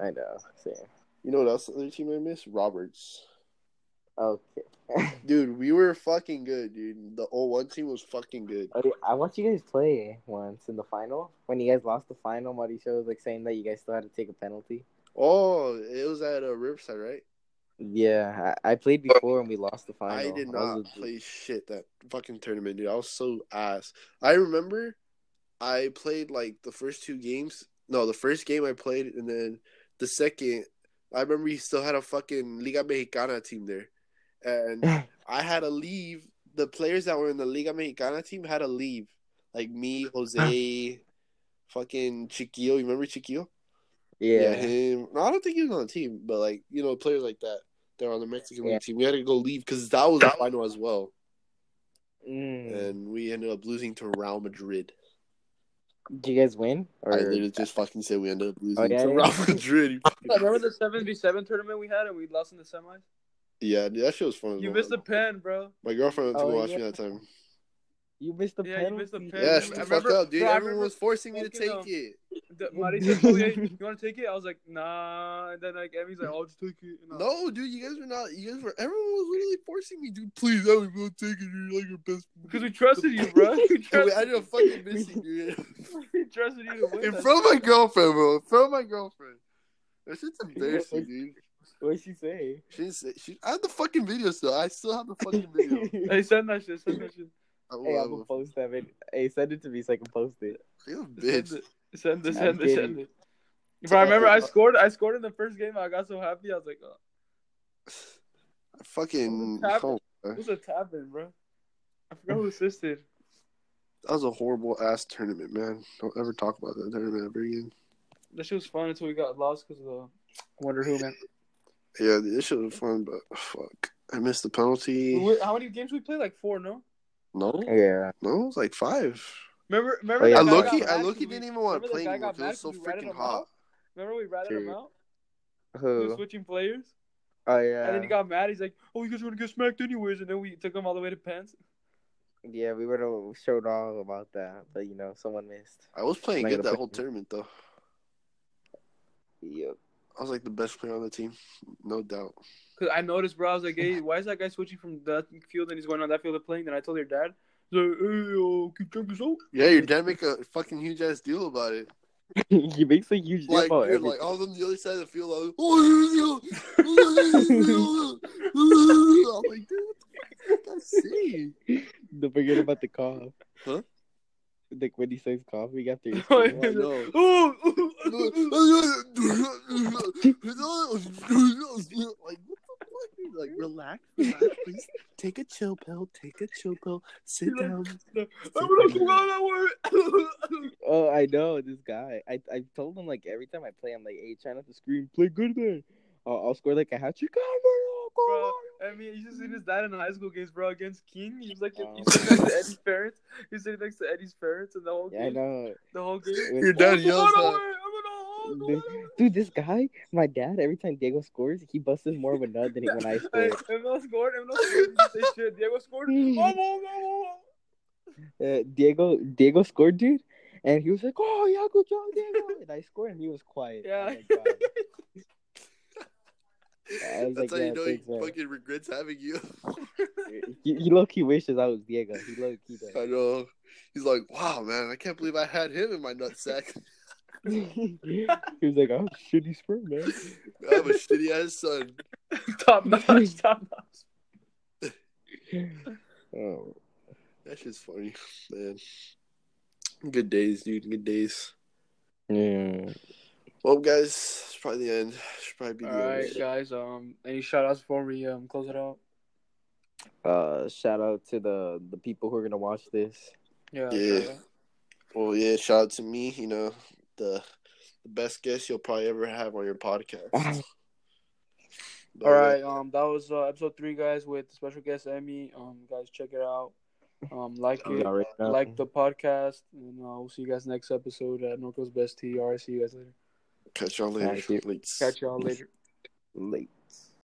[SPEAKER 3] I know. Same.
[SPEAKER 2] You know what else? The other team I missed, Roberts.
[SPEAKER 3] Okay.
[SPEAKER 2] Dude, we were fucking good, dude. The old one team was fucking good.
[SPEAKER 3] Okay, I watched you guys play once in the final. When you guys lost the final, Mauricio was like saying that you guys still had to take a penalty.
[SPEAKER 2] Oh, it was at uh, Riverside, right?
[SPEAKER 3] Yeah, I, I played before and we lost the final.
[SPEAKER 2] I, did
[SPEAKER 3] was
[SPEAKER 2] not
[SPEAKER 3] a-
[SPEAKER 2] play shit that fucking tournament, dude. I was so ass. I remember I played like the first two games. No, the first game I played, and then the second. I remember he still had a fucking Liga Mexicana team there, and I had to leave. The players that were in the Liga Mexicana team had to leave. Like me, Jose, fucking Chiquillo. You remember Chiquillo?
[SPEAKER 3] Yeah.
[SPEAKER 2] him. No, I don't think he was on the team, but like you know, players like that, they're on the Mexican
[SPEAKER 3] Yeah.
[SPEAKER 2] league team. We had to go leave because that was the final as well,
[SPEAKER 3] Mm.
[SPEAKER 2] and we ended up losing to Real Madrid.
[SPEAKER 3] Did you guys win? Or...
[SPEAKER 2] I literally just fucking said we ended up losing
[SPEAKER 3] Oh, yeah,
[SPEAKER 2] to
[SPEAKER 3] yeah.
[SPEAKER 2] Real Madrid. you fucking-
[SPEAKER 1] I remember the seven v seven tournament we had and we lost in the semis.
[SPEAKER 2] yeah, dude, that shit was fun. as
[SPEAKER 1] You
[SPEAKER 2] well.
[SPEAKER 1] missed the pen, bro.
[SPEAKER 2] My girlfriend went to
[SPEAKER 3] Oh,
[SPEAKER 2] go watch
[SPEAKER 3] yeah.
[SPEAKER 2] me that time.
[SPEAKER 3] You missed the
[SPEAKER 1] Yeah, you
[SPEAKER 3] penalty.
[SPEAKER 1] missed the Yeah,
[SPEAKER 2] Yeah, shut
[SPEAKER 1] I
[SPEAKER 2] the fuck
[SPEAKER 1] remember-
[SPEAKER 2] up, dude.
[SPEAKER 1] bro, I
[SPEAKER 2] Everyone
[SPEAKER 1] remember
[SPEAKER 2] was forcing me to
[SPEAKER 1] fucking,
[SPEAKER 2] take
[SPEAKER 1] um,
[SPEAKER 2] it.
[SPEAKER 1] The, Marty said, oh, yeah, you want to take it? I was like, nah. And then like Emmy's like, I'll just take it. And I-
[SPEAKER 2] No, dude, you guys were not. You guys were. Everyone was literally forcing me, dude. Please, I would go take it. You're like your best.
[SPEAKER 1] Because we trusted you, bro. We
[SPEAKER 2] Dude,
[SPEAKER 1] trusted,
[SPEAKER 2] we- I ended up fucking missing, dude.
[SPEAKER 1] we trusted you to win.
[SPEAKER 2] In
[SPEAKER 1] that.
[SPEAKER 2] front of my girlfriend, bro. In front of my girlfriend. That shit's embarrassing, dude.
[SPEAKER 3] What'd she say?
[SPEAKER 2] She didn't say. She, I have the fucking video still. I still have the fucking video.
[SPEAKER 1] Hey, send that shit. Send that shit.
[SPEAKER 2] I will,
[SPEAKER 3] Hey,
[SPEAKER 2] I
[SPEAKER 3] I'm gonna
[SPEAKER 2] will.
[SPEAKER 3] post that. vid- Hey, send it to me so I can post it.
[SPEAKER 2] You bitch.
[SPEAKER 1] Send it. Send it.
[SPEAKER 3] I'm
[SPEAKER 1] Send it.
[SPEAKER 3] kidding.
[SPEAKER 1] Send it. Bro, I remember I scored. I scored in the first game. I got so happy. I was like, oh,
[SPEAKER 2] I fucking.
[SPEAKER 1] Tap-
[SPEAKER 2] oh,
[SPEAKER 1] "What's a tapping, bro?" I forgot who assisted.
[SPEAKER 2] that was a horrible ass tournament, man. Don't ever talk about that tournament ever again.
[SPEAKER 1] That shit was fun until we got lost because of the I wonder who man.
[SPEAKER 2] Yeah, dude, this shit was fun, but fuck. I missed the
[SPEAKER 1] We-
[SPEAKER 2] penalty.
[SPEAKER 1] we- How many games we played? Like four, no?
[SPEAKER 2] No,
[SPEAKER 3] Yeah.
[SPEAKER 2] no, it was like five.
[SPEAKER 1] Remember, remember.
[SPEAKER 3] Oh,
[SPEAKER 1] the
[SPEAKER 3] yeah.
[SPEAKER 2] I
[SPEAKER 1] guy
[SPEAKER 2] look,
[SPEAKER 1] got
[SPEAKER 2] he, I
[SPEAKER 1] mad
[SPEAKER 2] look, he
[SPEAKER 1] 'cause we-
[SPEAKER 2] didn't even want
[SPEAKER 1] remember
[SPEAKER 2] to
[SPEAKER 1] the
[SPEAKER 2] play
[SPEAKER 1] guy
[SPEAKER 2] anymore
[SPEAKER 1] got
[SPEAKER 2] 'cause it was so
[SPEAKER 1] mad 'cause we ratted
[SPEAKER 2] freaking
[SPEAKER 1] him
[SPEAKER 2] hot.
[SPEAKER 1] out? Remember we ratted him
[SPEAKER 3] Dude.
[SPEAKER 1] out? We were
[SPEAKER 3] Who?
[SPEAKER 1] switching players,
[SPEAKER 3] Oh
[SPEAKER 1] and then he
[SPEAKER 3] yeah.
[SPEAKER 1] got mad. He's like, "Oh, you guys want to get smacked anyways," and then we took him all the way to pants.
[SPEAKER 3] Yeah, we would have showed off about that, but you know, someone missed.
[SPEAKER 2] I was playing
[SPEAKER 3] Like
[SPEAKER 2] good
[SPEAKER 3] the
[SPEAKER 2] that whole
[SPEAKER 3] fucking-
[SPEAKER 2] tournament, though.
[SPEAKER 3] Yep.
[SPEAKER 2] I was like the best player on the team, no doubt.
[SPEAKER 1] Cause I noticed, bro. I was like, "Hey, why is that guy switching from that field and he's going on that field of playing?" Then I told your dad, he's like, "Hey, yo, can you check this out?"
[SPEAKER 2] Yeah, your dad make a fucking huge ass deal about it.
[SPEAKER 3] he makes a huge deal
[SPEAKER 2] Like,
[SPEAKER 3] about
[SPEAKER 2] dude,
[SPEAKER 3] everything.
[SPEAKER 2] like I was on the other side of the field. I was, oh, here we go. I'm like, dude, what the fuck is that saying?
[SPEAKER 3] Don't forget about the cough.
[SPEAKER 2] Huh?
[SPEAKER 3] Like when he says coughing after you.
[SPEAKER 1] Oh,
[SPEAKER 2] I
[SPEAKER 1] yeah.
[SPEAKER 2] know.
[SPEAKER 1] Ooh,
[SPEAKER 2] like, what
[SPEAKER 1] ooh.
[SPEAKER 2] the fuck? He's Like, relax, relax, please. Take a chill pill. Take a chill pill. Sit down.
[SPEAKER 1] I'm gonna go out that way.
[SPEAKER 3] Oh, I know this guy. I I told him like every time I play, I'm like, hey, try not to scream. Play good there. I'll, I'll score like a hat trick. Go,
[SPEAKER 1] Bro,
[SPEAKER 3] Mario,
[SPEAKER 1] I mean, you should see his dad in high school games, bro, against King. He was like,
[SPEAKER 3] Oh.
[SPEAKER 1] he's sitting next to Eddie's parents. He's sitting next to Eddie's parents in the whole
[SPEAKER 3] go, Mario. Yeah, I
[SPEAKER 1] game.
[SPEAKER 3] know.
[SPEAKER 1] the whole game.
[SPEAKER 3] When-
[SPEAKER 2] Your dad
[SPEAKER 1] Oh,
[SPEAKER 2] yells
[SPEAKER 1] go
[SPEAKER 2] that.
[SPEAKER 1] away, I'm gonna
[SPEAKER 3] Dude,
[SPEAKER 1] hold, go
[SPEAKER 3] dude, this guy, my dad, every time Diego scores, he busts more of a nut than he- when I
[SPEAKER 1] away.
[SPEAKER 3] score.
[SPEAKER 1] Hey, ML scored. ML scored. They shit. Diego scored. Oh, oh, oh,
[SPEAKER 3] Uh, Diego, Diego scored, dude, and he was like, "Oh yeah, good job, Diego!" And I scored, and he was quiet.
[SPEAKER 1] Yeah.
[SPEAKER 3] Oh, my God. I was
[SPEAKER 2] That's
[SPEAKER 3] like,
[SPEAKER 2] how you
[SPEAKER 3] yeah,
[SPEAKER 2] know he
[SPEAKER 3] thanks, man.
[SPEAKER 2] fucking regrets having you.
[SPEAKER 3] he, he low key wishes I was Diego. He low key
[SPEAKER 2] I know. He's like, wow, man, I can't believe I had him in my nutsack.
[SPEAKER 3] he was like, "I'm shitty sperm, man."
[SPEAKER 2] I have a shitty ass son.
[SPEAKER 1] oh. Top notch. Top notch.
[SPEAKER 3] Oh,
[SPEAKER 2] That shit's funny, man. Good days, dude. Good days.
[SPEAKER 3] yeah.
[SPEAKER 2] Well, guys, it's probably the end. Should probably be the
[SPEAKER 1] All right,
[SPEAKER 2] end.
[SPEAKER 1] guys. Um, any shout outs before we um close it out?
[SPEAKER 3] Uh, shout out to the the people who are gonna watch this.
[SPEAKER 1] Yeah.
[SPEAKER 2] Yeah.
[SPEAKER 1] shout out.
[SPEAKER 2] Well, yeah, shout out to me. You know, the the best guest you'll probably ever have on your podcast. But,
[SPEAKER 1] All right, um, that was uh, episode three, guys, with special guest Emmy. Um, guys, check it out. Um, like
[SPEAKER 2] Shout
[SPEAKER 1] it,
[SPEAKER 3] Y'all already know.
[SPEAKER 1] like the podcast, and uh, we'll see you guys next episode at Norco's Best Tea. All right, see you guys later.
[SPEAKER 2] Catch y'all
[SPEAKER 3] Alright,
[SPEAKER 2] later.
[SPEAKER 3] see you.
[SPEAKER 2] Leaks.
[SPEAKER 1] Catch y'all later.
[SPEAKER 3] late.